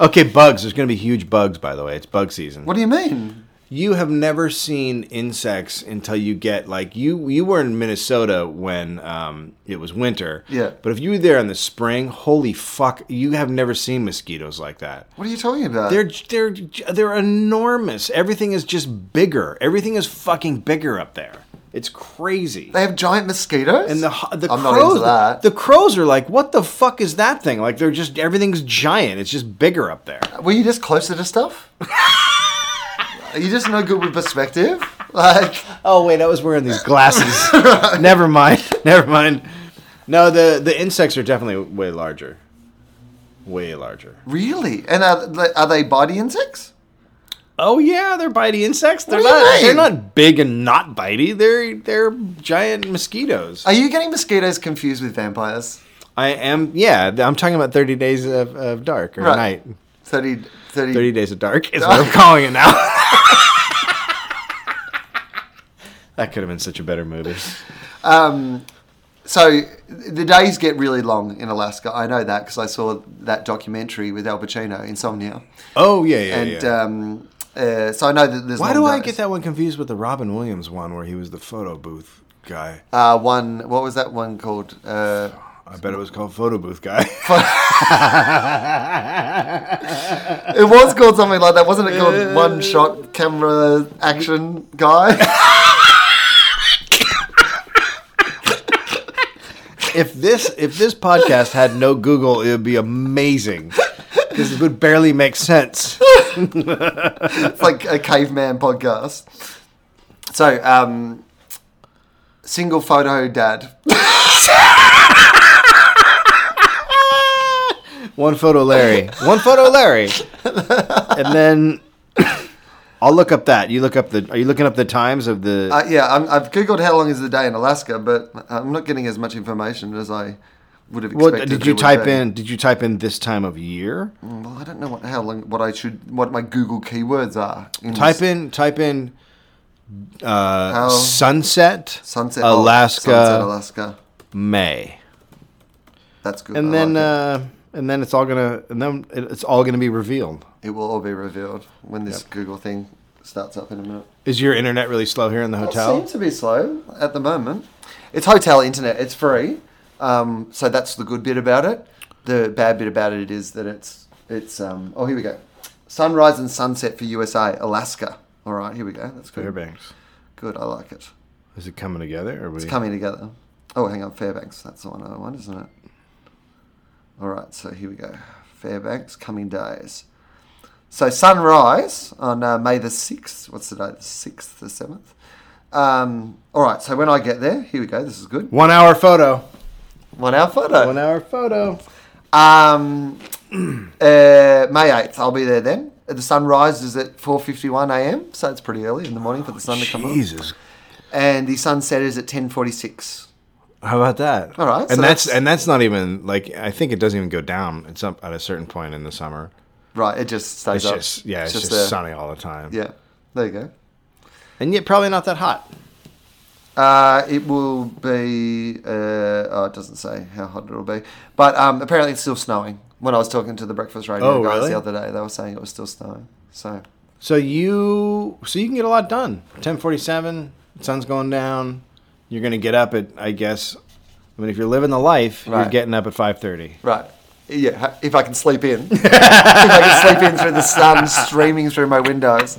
okay, bugs. There's going to be huge bugs, by the way. It's bug season.
What do you mean?
You have never seen insects until you get like you you were in Minnesota when um, it was winter.
Yeah.
But if you were there in the spring, holy fuck, you have never seen mosquitoes like that.
What are you talking about?
They're they're they're enormous. Everything is just bigger. Everything is fucking bigger up there. It's crazy.
They have giant mosquitoes.
And the ho- the
I'm
crows,
not into that.
the crows are like, what the fuck is that thing? Like they're just everything's giant. It's just bigger up there.
Were you just closer to stuff? are you just no good with perspective? Like,
Oh wait, I was wearing these glasses. Never mind. Never mind. No, the the insects are definitely way larger. Way larger.
really? And are, are they bitey insects?
Oh yeah, they're bitey insects. They're
do you
not
mean?
they're not big and not bitey. They're they're giant mosquitoes.
Are you getting mosquitoes confused with vampires?
I am yeah, I'm talking about 30 days of, of dark or
Right.
night.
30, 30,
30 days of dark is what I'm calling it now. that could have been such a better movie.
So the days get really long in Alaska. I know that because I saw that documentary with Al Pacino, Insomnia.
Oh yeah, yeah,
And
yeah.
um, uh, so I know that there's.
Why
long
do I
days.
get that one confused with the Robin Williams one where he was the photo booth guy?
Uh, one, what was that one called? Uh,
I bet it was called photo booth guy.
it was called something like that, wasn't it? Called one shot camera action guy.
if this if this podcast had no Google, it would be amazing. Because it would barely make sense.
it's like a caveman podcast. So, um, single photo dad.
One photo Larry. One photo Larry. And then I'll look up that. You look up the are you looking up the times of the
Uh, yeah, I'm, I've googled how long is the day in Alaska, but I'm not getting as much information as I would have
What
expected.
did
there
you
would
type
be. Mm.
in? Did you type in this time of year?
Well, I don't know what, how long what I should what my Google keywords are. In
Type
this-
in type in uh,
How-
sunset,
sunset oh,
Alaska
sunset Alaska.
May,
That's good.
and
I
then
like it.
uh, and then it's all gonna and then it- it's all gonna be revealed.
it will all be revealed when this Google thing starts up in a minute.
Is your internet really slow here in the
It
hotel?
seems to be slow at the moment. It's hotel internet. It's free, um, so that's the good bit about it. The bad bit about it is that it's it's. Um, oh, here we go. Sunrise and sunset for USA, Alaska. All right, here we go. That's good.
Fairbanks.
Good, I like it.
Is it coming together? Or we...
It's coming together. Oh, hang on, Fairbanks. That's the one other one, isn't it? All right, so here we go. Fairbanks, coming days. So sunrise on uh, May the sixth. What's the date? The sixth, the seventh. Um, all right, so when I get there, here we go. This is good.
One hour photo.
One hour photo.
One hour photo.
Um, uh, May eighth. I'll be there then. The sun rises at four fifty one a.m. So it's pretty early in the morning for the sun to come up.
Jesus.
And the sunset is at ten forty six.
How about that?
All right,
And
so
that's,
that's-
and that's not even like I think it doesn't even go down. It's up at a certain point in the summer.
Right, it just stays
It's
up.
just yeah, it's, just,
there.
sunny all the time.
Yeah, there you go.
And yet probably not that hot.
Uh, it will be. Uh, oh, it doesn't say how hot it'll be, but um, apparently it's still snowing. When I was talking to the breakfast radio
Oh,
guys
really?
the other day, they were saying it was still snowing. So
So you so you can get a lot done. Ten forty seven, sun's going down. You're gonna get up at I guess I mean if you're living the life, you're
Right.
getting up at five thirty.
Right. Yeah, ha- if I can sleep in. if I can sleep in through the sun streaming through my windows.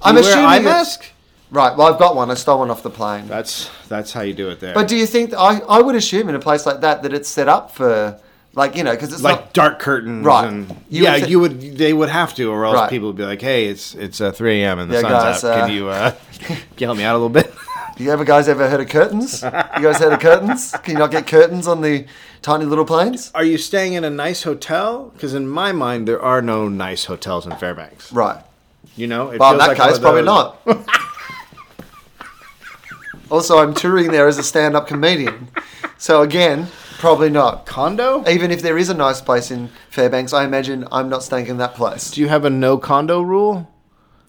I'm
You wear
assuming.
eye
it-
mask?
Right, well, I've got one. I stole one off the plane.
That's that's how you do it there.
But do you think, I, I would assume in a place like that, that it's set up for, like, you know, because it's
like
not.
dark curtains,
Right.
And
You
yeah,
would thi-
you would. They would have to, or else
Right.
people would be like, "Hey, it's it's uh, 3 a.m. and the
Yeah,
sun's
guys,
up.
uh,
Can you uh, can you help me out a little bit?"
Do you ever guys ever heard of curtains? you guys heard of curtains? Can you not get curtains on the tiny little planes?
Are you staying in a nice hotel? Because in my mind, there are no nice hotels in Fairbanks.
Right.
You know, it
Well, in that
feels like one
case,
of
probably
those-
not. also, I'm touring there as a stand up comedian. So, again, probably not.
condo.
Even if there is a nice place in Fairbanks, I imagine I'm not staying in that place.
Do you have a no condo rule?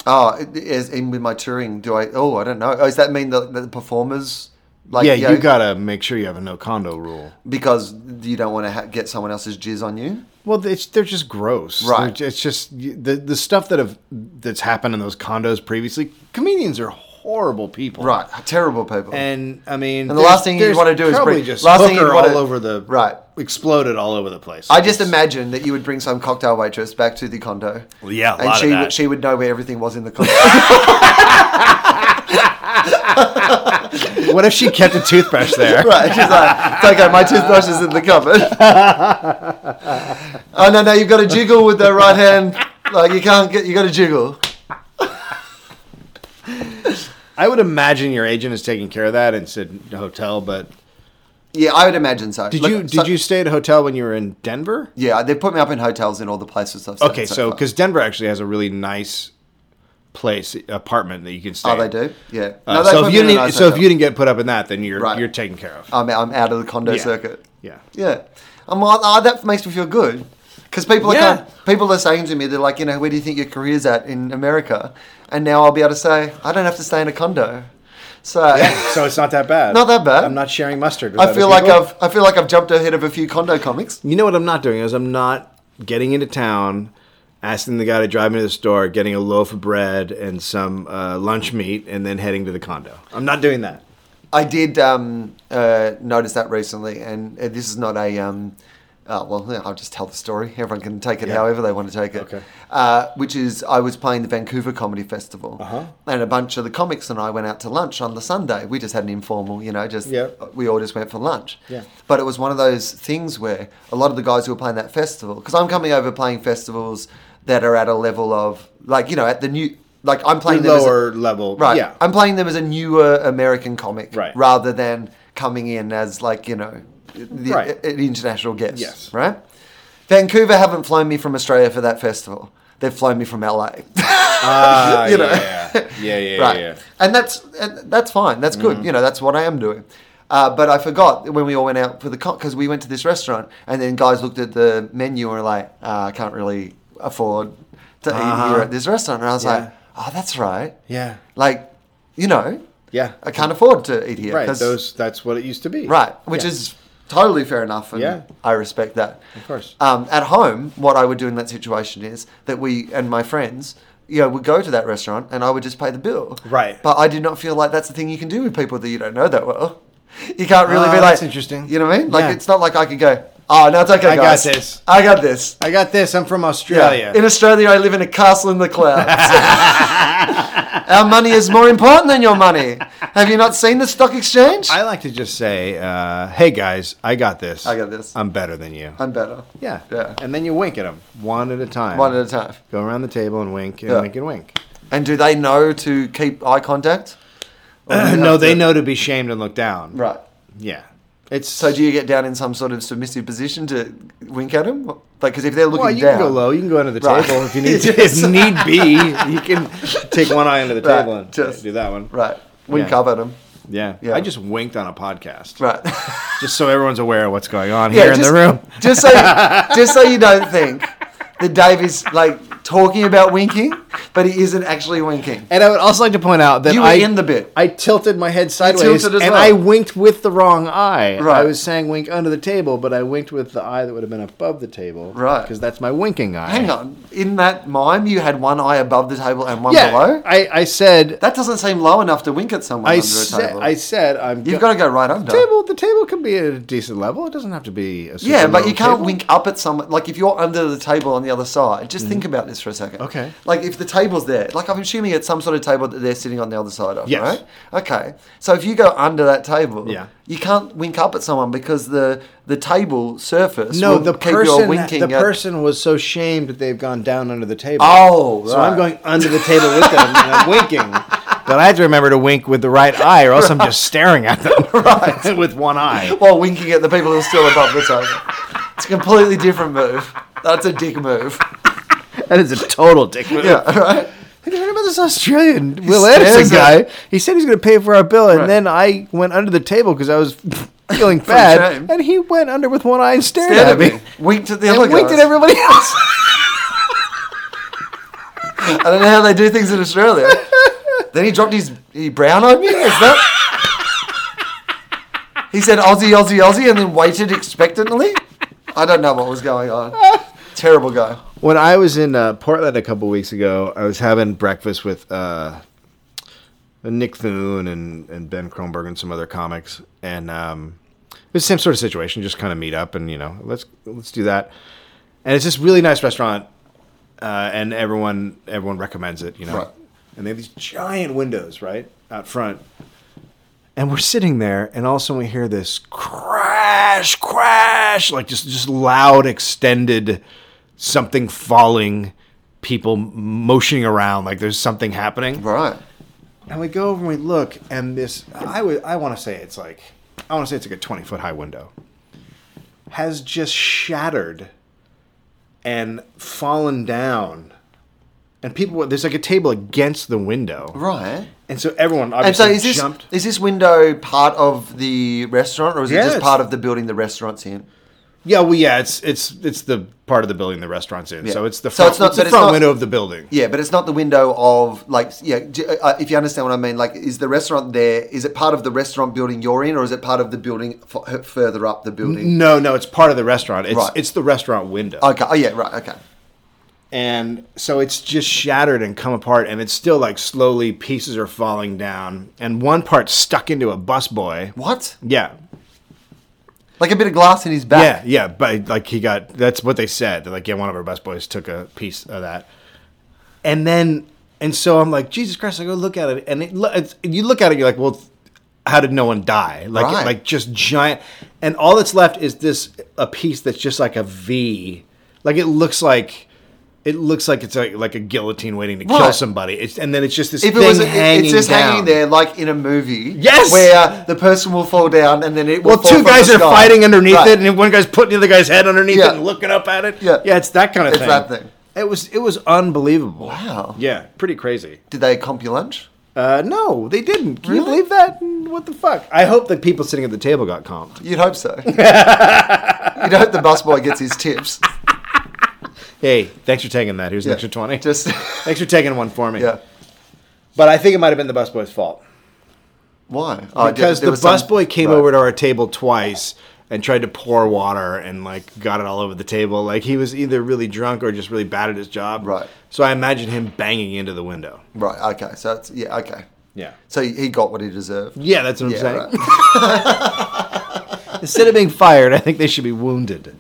Oh, it- as in with my touring, do I? Oh, I don't know. Oh, does that mean that the performers? Like,
yeah, you gotta make sure you have a no condo rule.
because you don't want to ha- get someone else's jizz on you.
Well, it's, they're just gross.
Right.
They're- it's just the the stuff that have that's happened in those condos previously. Comedians are horrible people.
Right, terrible people.
And I mean,
And the last thing you'd
there's
wanna do is
probably
bring-
just
last thing
hooker
you'd wanna-
all over the
Right.
exploded all over the place.
I just imagine that you would bring some cocktail waitress back to the condo.
Well, yeah, a
and
lot of
she
that.
would she would know where everything was in the condo.
what if she kept a toothbrush there?
right? She's like, it's okay, my toothbrush is in the cupboard. oh no, no, you've got to jiggle with the right hand. Like you can't get, you got to jiggle.
I would imagine your agent is taking care of that and said hotel. But
Yeah, I would imagine so.
did
Look,
you did
so-
you stay at a hotel when you were in Denver?
Yeah, they put me up in hotels in all the places I've stayed
Okay,
so
so
far.
because Denver actually has a really nice place apartment that you can stay.
Oh, they
in.
do. Yeah.
Uh,
they
so
put
if
me
you
in a
didn't,
nice
so if
hotel.
you didn't get put up in that, then you're
Right. Oh,
you're taken care of.
I'm, I'm out of the condo
Yeah.
circuit.
yeah.
Yeah. I'm like, oh, that makes me feel good. Because people, are
Yeah.
kind people are saying to me, they're like, you know, where do you think your career's at in America? And now I'll be able to say, I don't have to stay in a condo. So
So it's not that bad.
Not that bad.
I'm not sharing mustard. with
I
other
feel like
people.
I've I feel like I've jumped ahead of a few condo comics.
You know what I'm not doing is I'm not getting into town, asking the guy to drive me to the store, getting a loaf of bread and some uh, lunch meat, and then heading to the condo. I'm not doing that.
I did um, uh, notice that recently, and uh, this is not a. Um, uh, well, yeah, I'll just tell the story. Everyone can take it however they want to take it.
Okay.
Uh, which is, I was playing the Vancouver Comedy Festival,
Uh-huh.
and a bunch of the comics and I went out to lunch on the Sunday. We just had an informal, you know, just
Yeah.
we all just went for lunch.
Yeah.
But it was one of those things where a lot of the guys who were playing that festival, because I'm coming over playing festivals that are at a level of like you know at the new like I'm playing them as a-
Lower level,
Right.
Yeah,
I'm playing them as a newer American comic
Right.
rather than coming in as like, you know, the,
Right.
an international guest.
Yes.
Right? Vancouver haven't flown me from Australia for that festival. They've flown me from LA.
Ah,
you know.
yeah, yeah, yeah,
right.
yeah. Mm.
And that's and that's fine. That's good. You know, that's what I am doing. Uh, but I forgot when we all went out for the because we went to this restaurant and then guys looked at the menu and were like, uh, I can't really afford to eat here at this restaurant. And I was
Uh-huh. Yeah.
like, oh, that's right.
Yeah.
Like, you know,
Yeah.
I can't afford to eat here.
Right,
'cause-
those. That's what it used to be.
right, which
Yeah.
is totally fair enough, and
Yeah.
I respect that.
Of course.
Um, at home, what I would do in that situation is that we and my friends, you know, would go to that restaurant, and I would just pay the bill.
Right.
But I do not feel like that's the thing you can do with people that you don't know that well. You can't really
Ah,
be like.
that's interesting.
You know what I mean? Like,
Yeah.
it's not like I could go. Oh no, it's okay,
I got
guys.
this."
I got this.
I got this. I'm from
Yeah.
Australia.
In Australia, I live in a castle in the clouds. Our money is more important than your money. Have you not seen the stock exchange?
I like to just say, uh, "Hey guys, I got this.
I got this.
I'm better than you."
I'm better.
yeah,
Yeah.
And then you wink at them one at a time.
One at a time.
Go around the table and wink and
Yeah.
wink and wink.
And do they know to keep eye contact? Or do
no,
have
they
to-
know to be shamed and looked down.
Right.
Yeah. It's
So do you get down in some sort of submissive position to wink at them? Like, because if they're looking
well, you uh,
down,
can go low. You can go under the
Right.
table if you need to. If need be, you can take one eye under the
Right,
table and
just-
do that one.
right? Wink
Yeah.
up at them,
Yeah.
Yeah.
I just winked on a podcast,
right?
just so everyone's aware of what's going on
Yeah,
here in
just-
the room.
just so, just so you don't think that Dave is like talking about winking. but he isn't actually winking.
And I would also like to point out that
You were
I
in the bit.
I tilted my head sideways
tilted as
and
well.
I winked with the wrong eye.
Right.
I was saying wink under the table, but I winked with the eye that would have been above the table.
Right.
Because that's my winking eye.
Hang on, in that mime, you had one eye above the table and one
Yeah.
below.
I, I said
That doesn't seem low enough to wink at someone
I
under a
said
table.
I said I'm
You've
go-
got to go right under.
table the table can be at a decent level. It doesn't have to be a super
Yeah, but
low
you can't
table.
wink up at someone. Like if you're under the table on the other side, just think about this for a second.
Mm-hmm. Okay.
Like if the table's there, like I'm assuming it's some sort of table that they're sitting on the other side of,
Yes.
right? Okay. So if you go under that table,
Yeah.
you can't wink up at someone because the the table surface
No,
will
the
keep
person
your winking
the
at-
person was so shamed that they've gone down under the table.
Oh,
so
right.
I'm going under the table with them and I'm winking. But I have to remember to wink with the right eye, or else I'm just staring at them right. with one eye.
while winking at the people who are still above the table. It's a completely different move. That's a dick move.
That is a total dick move.
Yeah, right?
Have you heard about this Australian Will
stares
Anderson
at-
guy? He said he's going to pay for our bill, and
Right.
then I went under the table because I was feeling bad,
shame.
and he went under with one eye and stared
Stared
at
at
me.
me. Winked at the
And
other
winked
guys.
at everybody else.
I don't know how they do things in Australia. then he dropped his he brown on me. Is that? he said Aussie, Aussie, Aussie, and then waited expectantly. I don't know what was going on. Terrible guy.
When I was in uh, Portland a couple weeks ago, I was having breakfast with uh, Nick Thune and, and Ben Kronberg and some other comics, and um, it was the same sort of situation, just kind of meet up and you know let's let's do that. And it's this really nice restaurant, uh, and everyone everyone recommends it, you know.
Right.
And they have these giant windows right out front, and we're sitting there, and all of a sudden we hear this crash, crash, like just just loud, extended something falling, people motioning around, like there's something happening.
Right.
And we go over and we look, and this I would I want to say it's like I want to say it's like a 20 foot high window has just shattered and fallen down. And people, were- there's like a table against the window,
Right.
And so everyone
And so
obviously
is this
jumped.
is this window part of the restaurant or is it
Yes.
just part of the building the restaurant's in?
Yeah, well, yeah, it's it's it's the part of the building the restaurant's in,
Yeah.
so it's the
So
front,
it's not-
it's the
but it's
front
not-
window of the building.
Yeah, but it's not the window of like yeah. j- uh, If you understand what I mean, like is the restaurant there? Is it part of the restaurant building you're in, or is it part of the building f- further up the building?
No, no, it's part of the restaurant. It's
Right.
it's the restaurant window,
Okay. Oh yeah. Right. Okay.
and so it's just shattered and come apart, and it's still like slowly pieces are falling down, and one part stuck into a busboy.
What?
Yeah,
Like a bit of glass in his
yeah,
back.
yeah, but like he got that's what they said. They're like, yeah, one of our best boys took a piece of that, and then and so I'm like, Jesus Christ! I go look at it, and it, lo- it's, you look at it, you're like, well, how did no one die? Like,
Right.
like just giant, and all that's left is this a piece that's just like a V, like it looks like. It looks like it's like like a guillotine waiting to kill
Right.
somebody. It's, and then it's just this
If
thing
it was, it-
hanging
it's just
down.
hanging there, like in a movie.
Yes!
Where the person will fall down and then it. Will
Well,
fall
two
from
guys
the
are
sky.
fighting underneath
Right.
it, and one guy's putting the other guy's head underneath
Yeah.
it and looking up at it.
Yeah.
yeah, it's that kind of
It's
thing.
that thing.
It was it was unbelievable.
Wow.
Yeah, pretty crazy.
Did they comp your lunch?
Uh, no, they didn't. Can you
Really?
believe that? What the fuck? I hope the people sitting at the table got comped.
You'd hope so. You'd hope the busboy gets his tips.
Hey, thanks for taking that. Here's an
Yeah.
extra twenty.
Just
thanks for taking one for me.
yeah.
But I think it might have been the busboy's fault
Why? Oh, yeah,
because
there
the
was some-
busboy came
Right.
over to our table twice. And tried to pour water and like got it all over the table. Like he was either really drunk or just really bad at his job.
Right.
So I imagine him banging into the window.
Right. Okay. So it's yeah. Okay.
Yeah.
So he he got what he deserved.
Yeah, that's what I'm
Yeah,
saying.
right.
Instead of being fired, I think they should be wounded.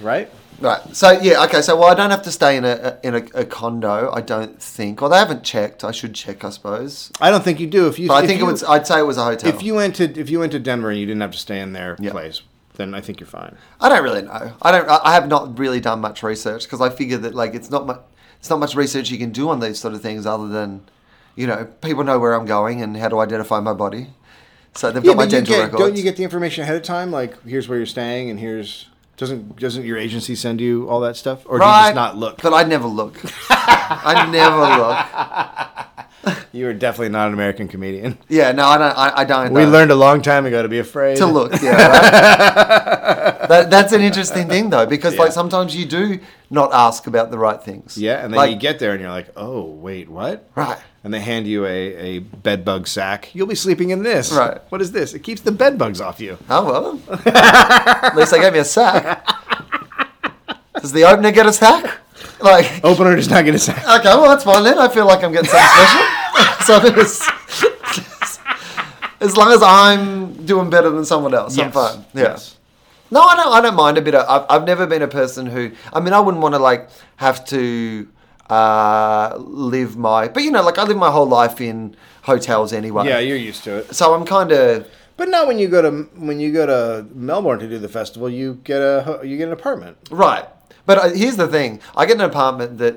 Right?
Right. So yeah. Okay. So well, I don't have to stay in a in a, a condo. I don't think. Well, they haven't checked. I should check, I suppose.
I don't think you do. If you,
But
if
I think
you,
it was. I'd say it was a hotel.
if you went to if you went to Denver and you didn't have to stay in their
Yeah.
place, then I think you're fine.
I don't really know. I don't. I I have not really done much research because I figure that like it's not much. It's not much research you can do on these sort of things other than, you know, people know where I'm going and how to identify my body. So they've got my dental records.
don't you get the information ahead of time? Like here's where you're staying, and here's doesn't doesn't your agency send you all that stuff, or do you just not look?
But I never look. I never look.
You are definitely not an American comedian.
Yeah, no, I don't. I, I don't. uh,
We
know.
learned a long time ago to be afraid.
to look. Yeah, right? that, that's an interesting thing though, because like
Yeah.
sometimes you do not ask about the right things.
Yeah, and then
like,
you get there and you're like, oh, wait, what?
Right.
And they hand you a, a bed bug sack. You'll be sleeping in this.
Right.
What is this? It keeps the bed bugs off you.
oh well. At least they gave me a sack. Does the opener get a sack? Like, okay,
Opener does not get a sack.
well that's fine then. I feel like I'm getting something special. so I'm just- as long as I'm doing better than someone else, I'm fine. Yeah.
Yes.
No, I don't. I don't mind a bit of. I've, I've never been a person who. I mean, I wouldn't want to like have to uh, live my. But you know, like I live my whole life in hotels anyway.
Yeah, you're used to it.
So I'm kind of.
But not when you go to when you go to Melbourne to do the festival, you get a ho- you get an apartment.
Right. But uh, here's the thing. I get an apartment that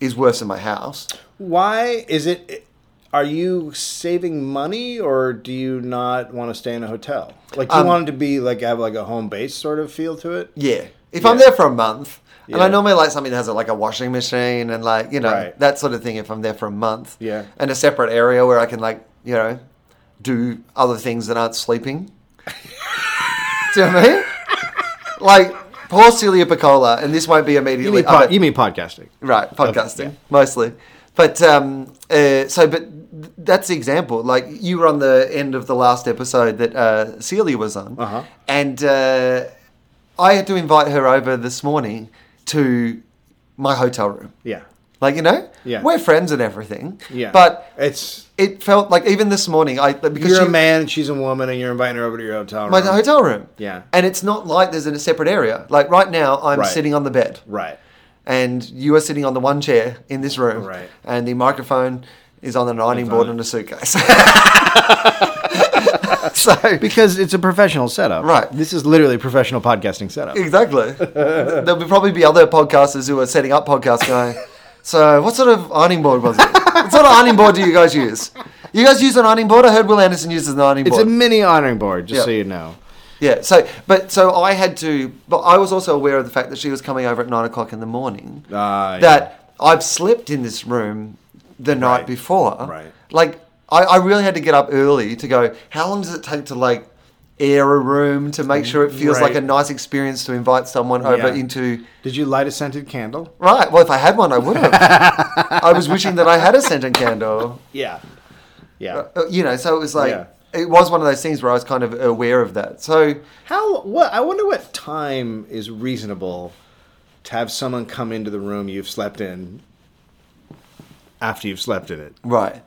is worse than my house.
Why is it? Are you saving money, or do you not want to stay in a hotel? Like do you
Um,
want it to be like have like a home base sort of feel to it.
Yeah. If I'm
Yeah.
there for a month, and I
Yeah.
normally like something that has like a washing machine and like, you know,
Right.
that sort of thing if I'm there for a month.
Yeah.
And a separate area where I can like, you know, do other things that aren't sleeping. do you know what I mean? Like, poor Celia Piccola, and this won't be
You
immediately.
mean, pod-
oh,
you mean podcasting?
Right, podcasting
yeah.
mostly. But um, uh, so, but th- that's the example. Like you were on the end of the last episode that uh, Celia was on,
Uh-huh.
and uh, I had to invite her over this morning to my hotel room.
Yeah.
Like you know,
Yeah.
we're friends and everything.
Yeah.
but
it's
it felt like even this morning, I because
you're
she-
a man and she's a woman, and you're inviting her over to your hotel room.
my hotel room.
Yeah.
and it's not like there's a separate area. Like right now, I'm
Right.
sitting on the bed
Right.
and you are sitting on the one chair in this room,
Right.
and the microphone is on an ironing board
Microphone.
and a suitcase. so
Because it's a professional setup.
Right.
This is literally a professional podcasting setup.
exactly, there'll be probably be other podcasters who are setting up podcasts going. So, what sort of ironing board was it? What sort of ironing board do you guys use? You guys use an ironing board? I heard Will Anderson uses an ironing
It's
board.
a mini honoring board, just
Yeah.
so you know.
Yeah. So, but so I had to, but I was also aware of the fact that she was coming over at nine o'clock in the morning.
Ah, yeah.
that I've slept in this room the night
Right.
before.
Right.
Like I, I really had to get up early to go. How long does it take to like air a room to make sure it feels like a
Right.
nice experience to invite someone over
Yeah.
into?
Did you light a scented candle?
Right. Well, if I had one, I would have. I was wishing that I had a scented candle.
Yeah. Yeah.
Uh, You know. So it was like.
Yeah.
It was one of those things where I was kind of aware of that. So
How? What? I wonder what time is reasonable to have someone come into the room you've slept in after you've slept in it.
right,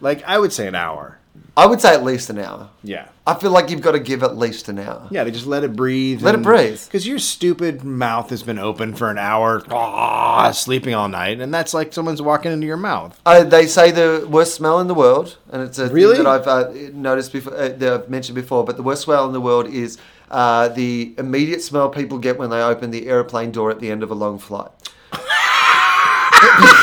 Like I would say an hour.
I would say at least an hour.
Yeah.
I feel like you've got to give at least an hour.
Yeah, they just let it breathe.
Let it breathe.
Because your stupid mouth has been open for an hour, ah, sleeping all night, and that's like someone's walking into your mouth.
Uh, they say the worst smell in the world, and it's a
Really?
thing that I've uh, noticed before, uh, that I've mentioned before. But the worst smell in the world is uh, the immediate smell people get when they open the airplane door at the end of a long flight.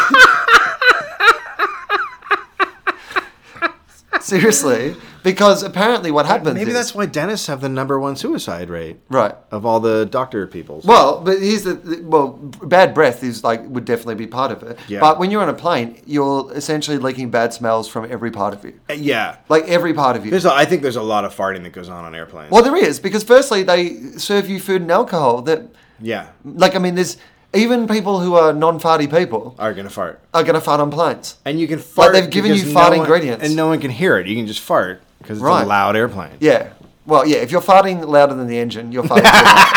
Seriously, because apparently what happens
Maybe
is-
that's why dentists have the number one suicide rate
right.
of all the doctor peoples.
Well, but here's the- the well, bad breath is like would definitely be part of it.
Yeah.
But when you're on a plane, you're essentially leaking bad smells from every part of you.
yeah.
Like every part of you.
There's a, I think there's a lot of farting that goes on on airplanes.
well, there is because firstly they serve you food and alcohol that,
yeah,
like, I mean, there's even people who are non-farty people
are gonna fart,
are going to fart on planes.
and you can fart.
they've given
because
you fart
no one-
ingredients.
and no one can hear it. You can just fart because it's
Right.
a loud airplane.
Yeah. Well, yeah. If you're farting louder than the engine, you're farting. too loud.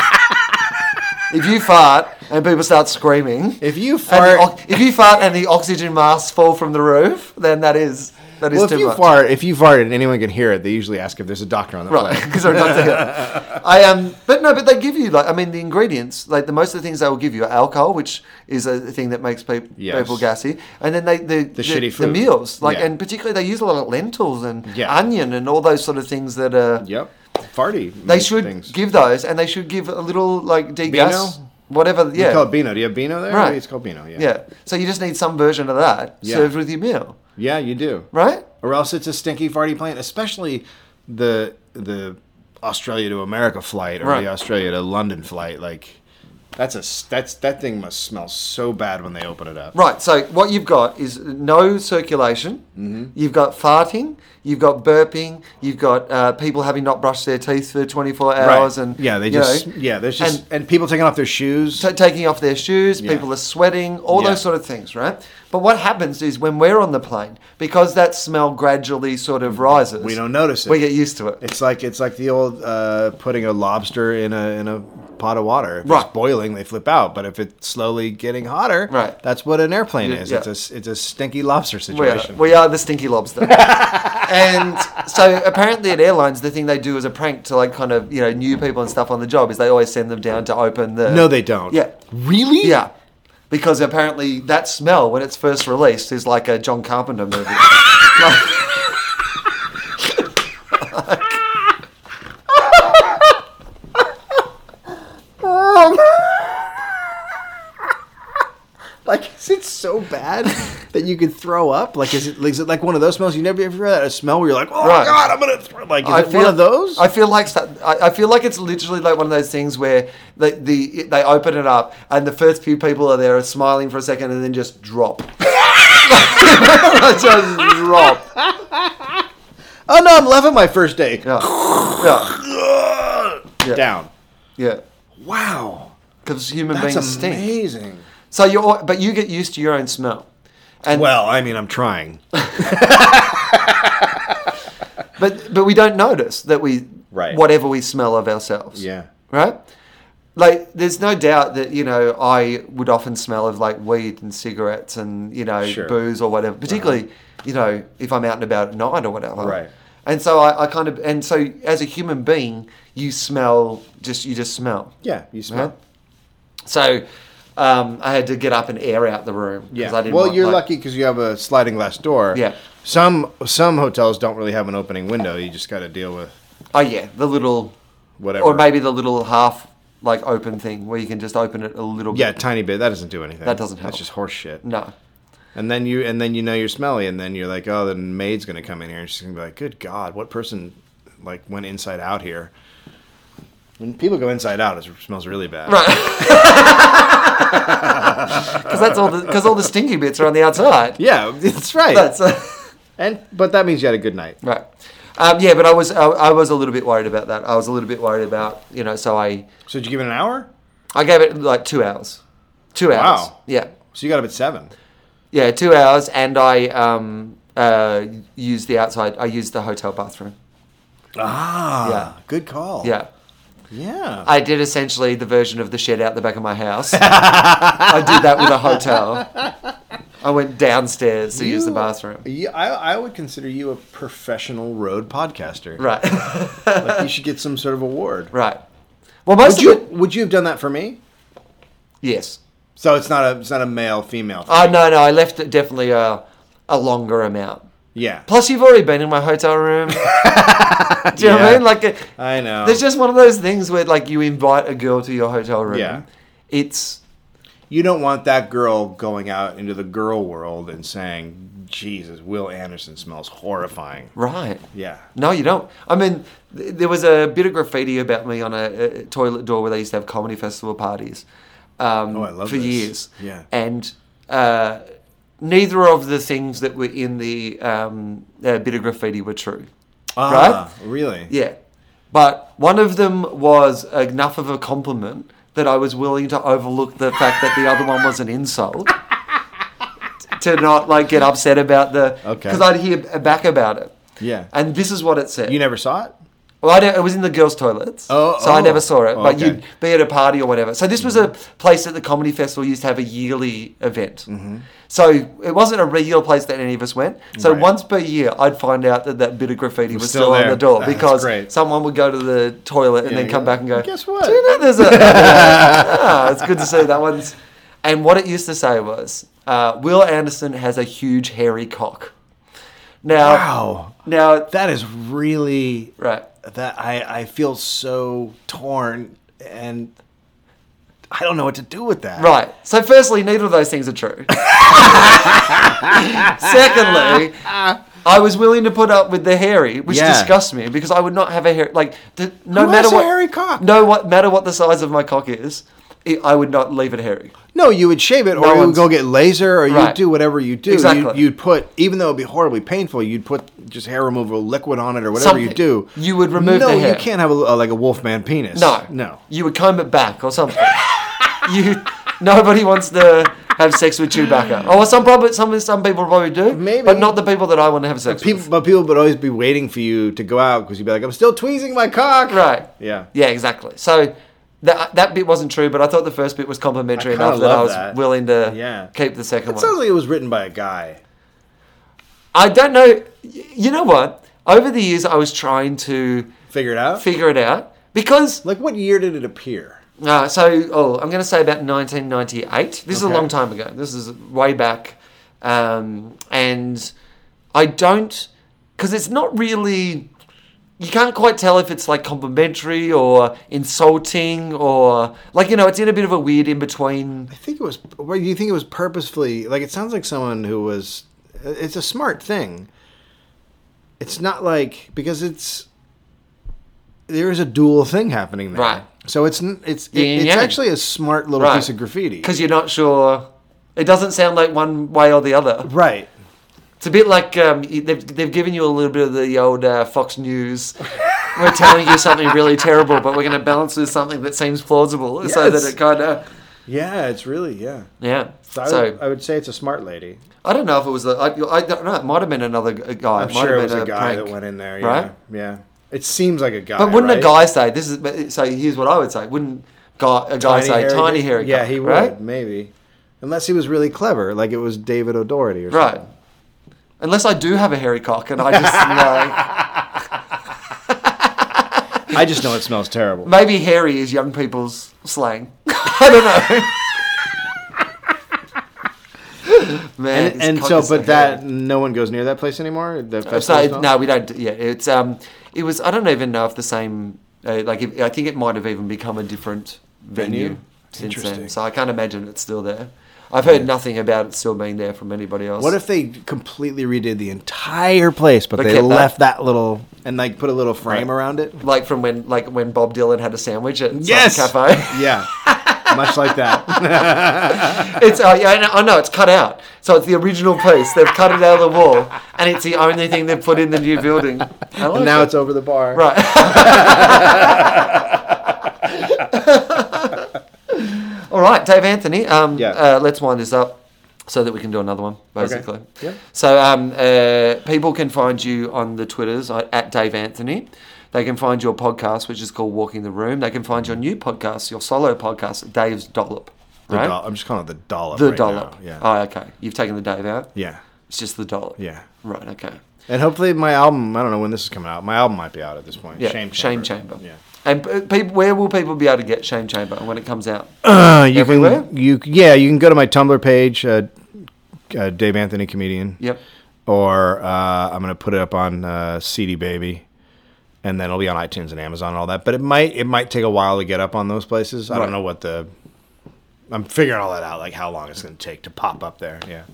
if you fart and people start screaming,
If you
and the
fart,
ox- if you fart and the oxygen masks fall from the roof, then that is that is
well, if
too
you
much.
fart, if you fart and anyone can hear it, they usually ask if there's a doctor on the
Right,
plane.
because I'm not together. I um, but no, but they give you like I mean the ingredients like the most of the things they will give you are alcohol, which is a thing that makes people
Yes.
people gassy, and then they the the,
shitty
the
food.
meals like
Yeah.
and particularly they use a lot of lentils and
Yeah.
onion and all those sort of things that are
Yep, farty.
they should
things.
give those and they should give a little like degas
Beano?
whatever
You
yeah
call it Beano. Do you have Beano there?
Right.
It's called Beano, yeah.
yeah so you just need some version of that
Yeah.
served with your meal
Yeah, you do.
right
Or else it's a stinky, farty plane, especially the the Australia to America flight or
Right.
the Australia to London flight. Like, That's a s- that's that thing must smell so bad when they open it up.
Right, so what you've got is no circulation,
Mm-hmm.
you've got farting, you've got burping, you've got uh, people having not brushed their teeth for 24 hours, and
yeah, they
you
just
know,
yeah, there's just
and-
and, people taking off their shoes.
t- taking off their shoes,
Yeah.
people are sweating, all
Yeah.
those sort of things, right? But what happens is when we're on the plane, because that smell gradually sort of rises,
We don't notice it.
We get used to it.
It's like it's like the old uh, putting a lobster in a in a pot of water. If
Right.
it's boiling, they flip out. But if it's slowly getting hotter,
Right.
that's what an airplane
Yeah, uh,
is.
yeah.
It's a s- it's a stinky lobster
We are,
situation.
we are the stinky lobster. and so apparently at airlines, the thing they do as a prank to like kind of, you know, new people and stuff on the job is they always send them down to open the.
no, they don't.
Yeah.
Really?
Yeah. Because apparently that smell, when it's first released, is like a John Carpenter movie. Like-
Oh. Like, is it so bad that you could throw up? Like, is it, is it like one of those smells? You never ever had a smell where you're like, oh my
Right.
god, I'm gonna throw. Like, is it one of those?
I feel like so- I, I feel like it's literally like one of those things where the, the they open it up and the first few people are there are smiling for a second and then just drop. just drop.
oh no, I'm loving my first day.
Yeah, Yeah.
Down.
yeah.
Wow,
Because human
that's
beings stink.
amazing.
So you are but you get used to your own smell. And
Well, I mean, I'm trying.
but but we don't notice that we
Right.
whatever we smell of ourselves.
Yeah.
Right? Like there's no doubt that, you know, I would often smell of like weed and cigarettes and, you know,
Sure. Uh-huh.
booze or whatever. Particularly, you know, if I'm out and about at night or whatever.
Right.
And so I, I kind of and so as a human being, you smell just you just smell.
Yeah, you smell.
Right? So um, I had to get up and air out the room. 'cause
Yeah.
I didn't
well,
want,
you're
like-
lucky because you have a sliding glass door.
Yeah.
Some some hotels don't really have an opening window. You just got to deal with
Oh yeah, the little
whatever.
Or maybe the little half like open thing where you can just open it a little
yeah, a
bit.
tiny bit. That doesn't do anything.
That doesn't help.
That's just horse shit.
No.
And then you and then you know you're smelly, and then you're like, oh, the maid's gonna come in here, and she's gonna be like, good God, what person like went inside out here? When people go inside out, it smells really bad.
Right. Because that's all the because all the stinky bits are on the outside.
Yeah, it's right.
That's uh,
and but that means you had a good night.
right. Um, yeah, but I was I, I was a little bit worried about that. I was a little bit worried about you know. So I
So did you give it an hour?
I gave it like two hours. Two hours.
Wow.
Yeah.
So you got up at seven.
Yeah. Two hours, and I um uh used the outside. I used the hotel bathroom.
Ah,
Yeah.
good call.
Yeah.
yeah.
I did essentially the version of the shed out the back of my house. I did that with a hotel. I went downstairs to use the
You-
bathroom.
You, I, I would consider you a professional road podcaster.
Right,
Like you should get some sort of award.
right. Well, most
Would
of
you
it,
would you have done that for me?
yes.
So it's not a it's not a male female. Thing.
Oh no, no, I left it definitely a, a longer amount.
yeah.
Plus, you've already been in my hotel room. Do you know what I
Yeah.
mean? Like, it,
I know.
there's just one of those things where like you invite a girl to your hotel room.
Yeah.
It's
you don't want that girl going out into the girl world and saying, "Jesus, Will Anderson smells horrifying."
right.
Yeah.
No, you don't. I mean, th- there was a bit of graffiti about me on a, a toilet door where they used to have comedy festival parties um,
Oh, I love
for
this.
years.
Yeah.
And uh, neither of the things that were in the um, uh, bit of graffiti were true.
Ah, Really?
Yeah. But one of them was enough of a compliment that I was willing to overlook the fact that the other one was an insult. To not like get upset about the
Okay.
because I'd hear back about it.
Yeah.
And this is what it said.
You never saw it?
Well, I don't, it was in the girls' toilets,
Oh,
so I
oh.
never saw it.
Oh,
but
okay.
you'd be at a party or whatever. So this was a place that the comedy festival used to have a yearly event.
Mm-hmm.
So it wasn't a regular place that any of us went. So
Right.
once per year, I'd find out that that bit of graffiti was,
still
still, on
there.
the door
That's
because
great.
someone would go to the toilet and
Yeah,
then come
yeah.
back and go,
Guess what?
Do you know there's a? ah, it's good to see that one's. And what it used to say was, uh, Will Anderson has a huge hairy cock. Now,
Wow.
now,
That is really
right.
that I I feel so torn and I don't know what to do with that.
Right. So, firstly, neither of those things are true. Secondly, I was willing to put up with the hairy, which
Yeah.
disgusts me because I would not have a hair. Like, th- no
Who
matter
has a
what
hairy cock?
no what matter what the size of my cock is, I- I would not leave it hairy.
No, you would shave it,
No
or you would
one's-
go get laser, or
Right.
you'd do whatever you do.
Exactly.
You'd, you'd put, even though it'd be horribly painful, you'd put just hair removal liquid on it, or whatever you
Something.
do.
You would remove
no,
the hair.
you can't have a, a- like a wolfman penis.
No.
no.
You would comb it back or something. you nobody wants to have sex with Chewbacca. Oh, well, some probably some some people probably do.
Maybe.
But not the people that I want to have sex
People,
with.
but people would always be waiting for you to go out because you'd be like, "I'm still tweezing my cock."
Right.
Yeah.
Yeah, exactly. So that that bit wasn't true, but I thought the first bit was complimentary
I kinda
enough that
love
I was
that.
willing to
Yeah.
keep the second
It
one.
sounds like it was written by a guy.
I don't know you know what? Over the years I was trying to
Figure it out.
figure it out because
like, what year did it appear?
Uh, so, oh, I'm going to say about 1998. This is a
Okay.
long time ago. This is way back. Um, and I don't, because it's not really, you can't quite tell if it's like complimentary or insulting or, like, you know, it's in a bit of a weird in between.
I think it was. Well, do you think it was purposefully? Like, it sounds like someone who was. It's a smart thing. It's not like because it's there is a dual thing happening there,
Right.
So it's n- it's it,
Yin and
it's
yang.
actually a smart little piece of graffiti,
Because you're not sure. It doesn't sound like one way or the other.
right?
It's a bit like um, they've, they've given you a little bit of the old uh, Fox News. we're telling you something really terrible, but we're going to balance with something that seems plausible so
Yes.
that it kind of.
Yeah, it's really yeah.
Yeah.
So, uh,
So,
I, would, I would say it's a smart lady.
I don't know if it was the. I, I don't know. It might have been another g- guy.
I'm
might
sure
have
it was
been
a guy
prank.
that went in there. Yeah,
Right?
yeah. It seems like a guy.
But wouldn't
right?
a guy say this is? but- So here's what I would say: Wouldn't guy, a guy say
hairy
tiny
guy-
hair?
Yeah, he would
Right.
maybe, unless he was really clever, like it was David O'Doherty or
Right.
something.
Unless I do have a hairy cock and I just like
I just know it smells terrible.
maybe hairy is young people's slang. I don't know. Man,
and,
this
and
cock
so,
is
but
hairy.
that no one goes near that place anymore. The
So
festival
it-
smell?
no, we don't. do- Yeah, it's um, it was. I don't even know if the same. Uh, like, if, I think it might have even become a different venue,
Venue?
since
Interesting.
then. So I can't imagine it's still there. I've heard nothing about it still being there from anybody else.
What if they completely redid the entire place, but,
But
they
kept that-
left that. little and like put a little frame around it?
like from when, like when Bob Dylan had a sandwich at some cafe?
yeah. Much like that.
It's uh, yeah, I know, I know it's cut out. So it's the original piece. They've cut it out of the wall, and it's the only thing they've put in the new building. I like
and now
it.
it's over the bar.
Right. All right, Dave Anthony. Um,
Yeah.
uh, let's wind this up so that we can do another one, basically.
Yeah.
So um, uh, people can find you on the Twitters uh, at Dave Anthony. They can find your podcast, which is called Walking the Room. They can find your new podcast, your solo podcast, Dave's Dollop.
The
Right?
doll- I'm just calling it the dollop.
The
right
Dollop.
now. Yeah.
Oh, okay. You've taken the Dave out.
yeah.
It's just the Dollop.
Yeah.
Right, okay.
And hopefully my album. I don't know when this is coming out. My album might be out at this point.
Yeah,
Shame.
Shame
Chamber.
Chamber.
Yeah.
And uh, people, where will people be able to get Shame Chamber when it comes out?
Uh, you
Everywhere?
can you yeah you can go to my Tumblr page, uh, uh, Dave Anthony comedian.
Yep.
Or uh, I'm gonna put it up on uh, CD Baby, and then it'll be on iTunes and Amazon and all that. But it might it might take a while to get up on those places. I
Right.
don't know what the I'm figuring all that out, like how long it's gonna take to pop up there. Yeah.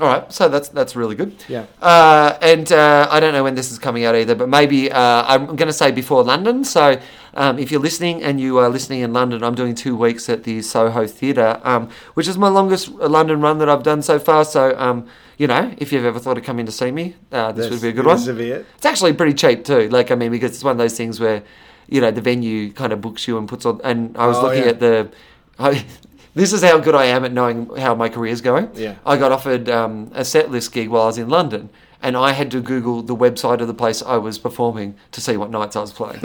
All right, so that's that's really good.
Yeah.
Uh, and uh, I don't know when this is coming out either, but maybe uh, I'm going to say before London. So um, if you're listening and you are listening in London, I'm doing two weeks at the Soho Theatre, um, which is my longest uh, London run that I've done so far. So um, you know, if you've ever thought of coming to see me, uh, this, would be a good one.
This would be it.
It's actually pretty cheap too. Like I mean, because it's one of those things where, you know, the venue kind of books you and puts on. And I was
Oh,
looking
yeah.
at the. I, this is how good I am at knowing how my career's going.
Yeah.
I got offered um, a set list gig while I was in London, and I had to Google the website of the place I was performing to see what nights I was playing.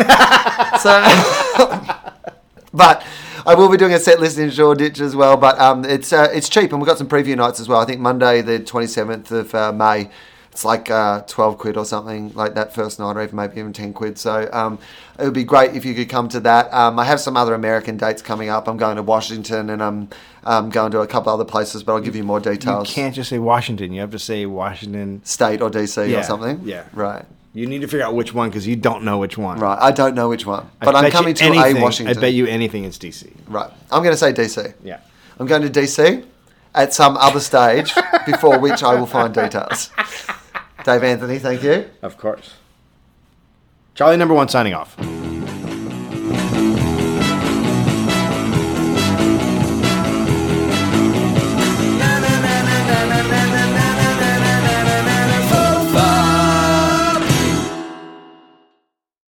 so, but I will be doing a set list in Shoreditch as well. But um, it's uh, it's cheap, and we've got some preview nights as well. I think Monday, the twenty seventh of uh, May. It's like uh, twelve quid or something like that first night, or even maybe even ten quid. So um, it would be great if you could come to that. Um, I have some other American dates coming up. I'm going to Washington, and I'm um, going to a couple other places, but I'll give you more
You
details.
can't just say Washington. You have to say Washington.
State or DC
Yeah,
or something.
yeah.
Right.
You need to figure out which one because you don't know which one.
Right. I don't know which one,
I
but I'm
bet you
coming to
anything-
a Washington.
I bet you anything it's DC.
Right. I'm going to say DC.
Yeah.
I'm going to DC at some other stage before which I will find details. Dave Anthony, thank you.
Of course. Charlie number one signing off.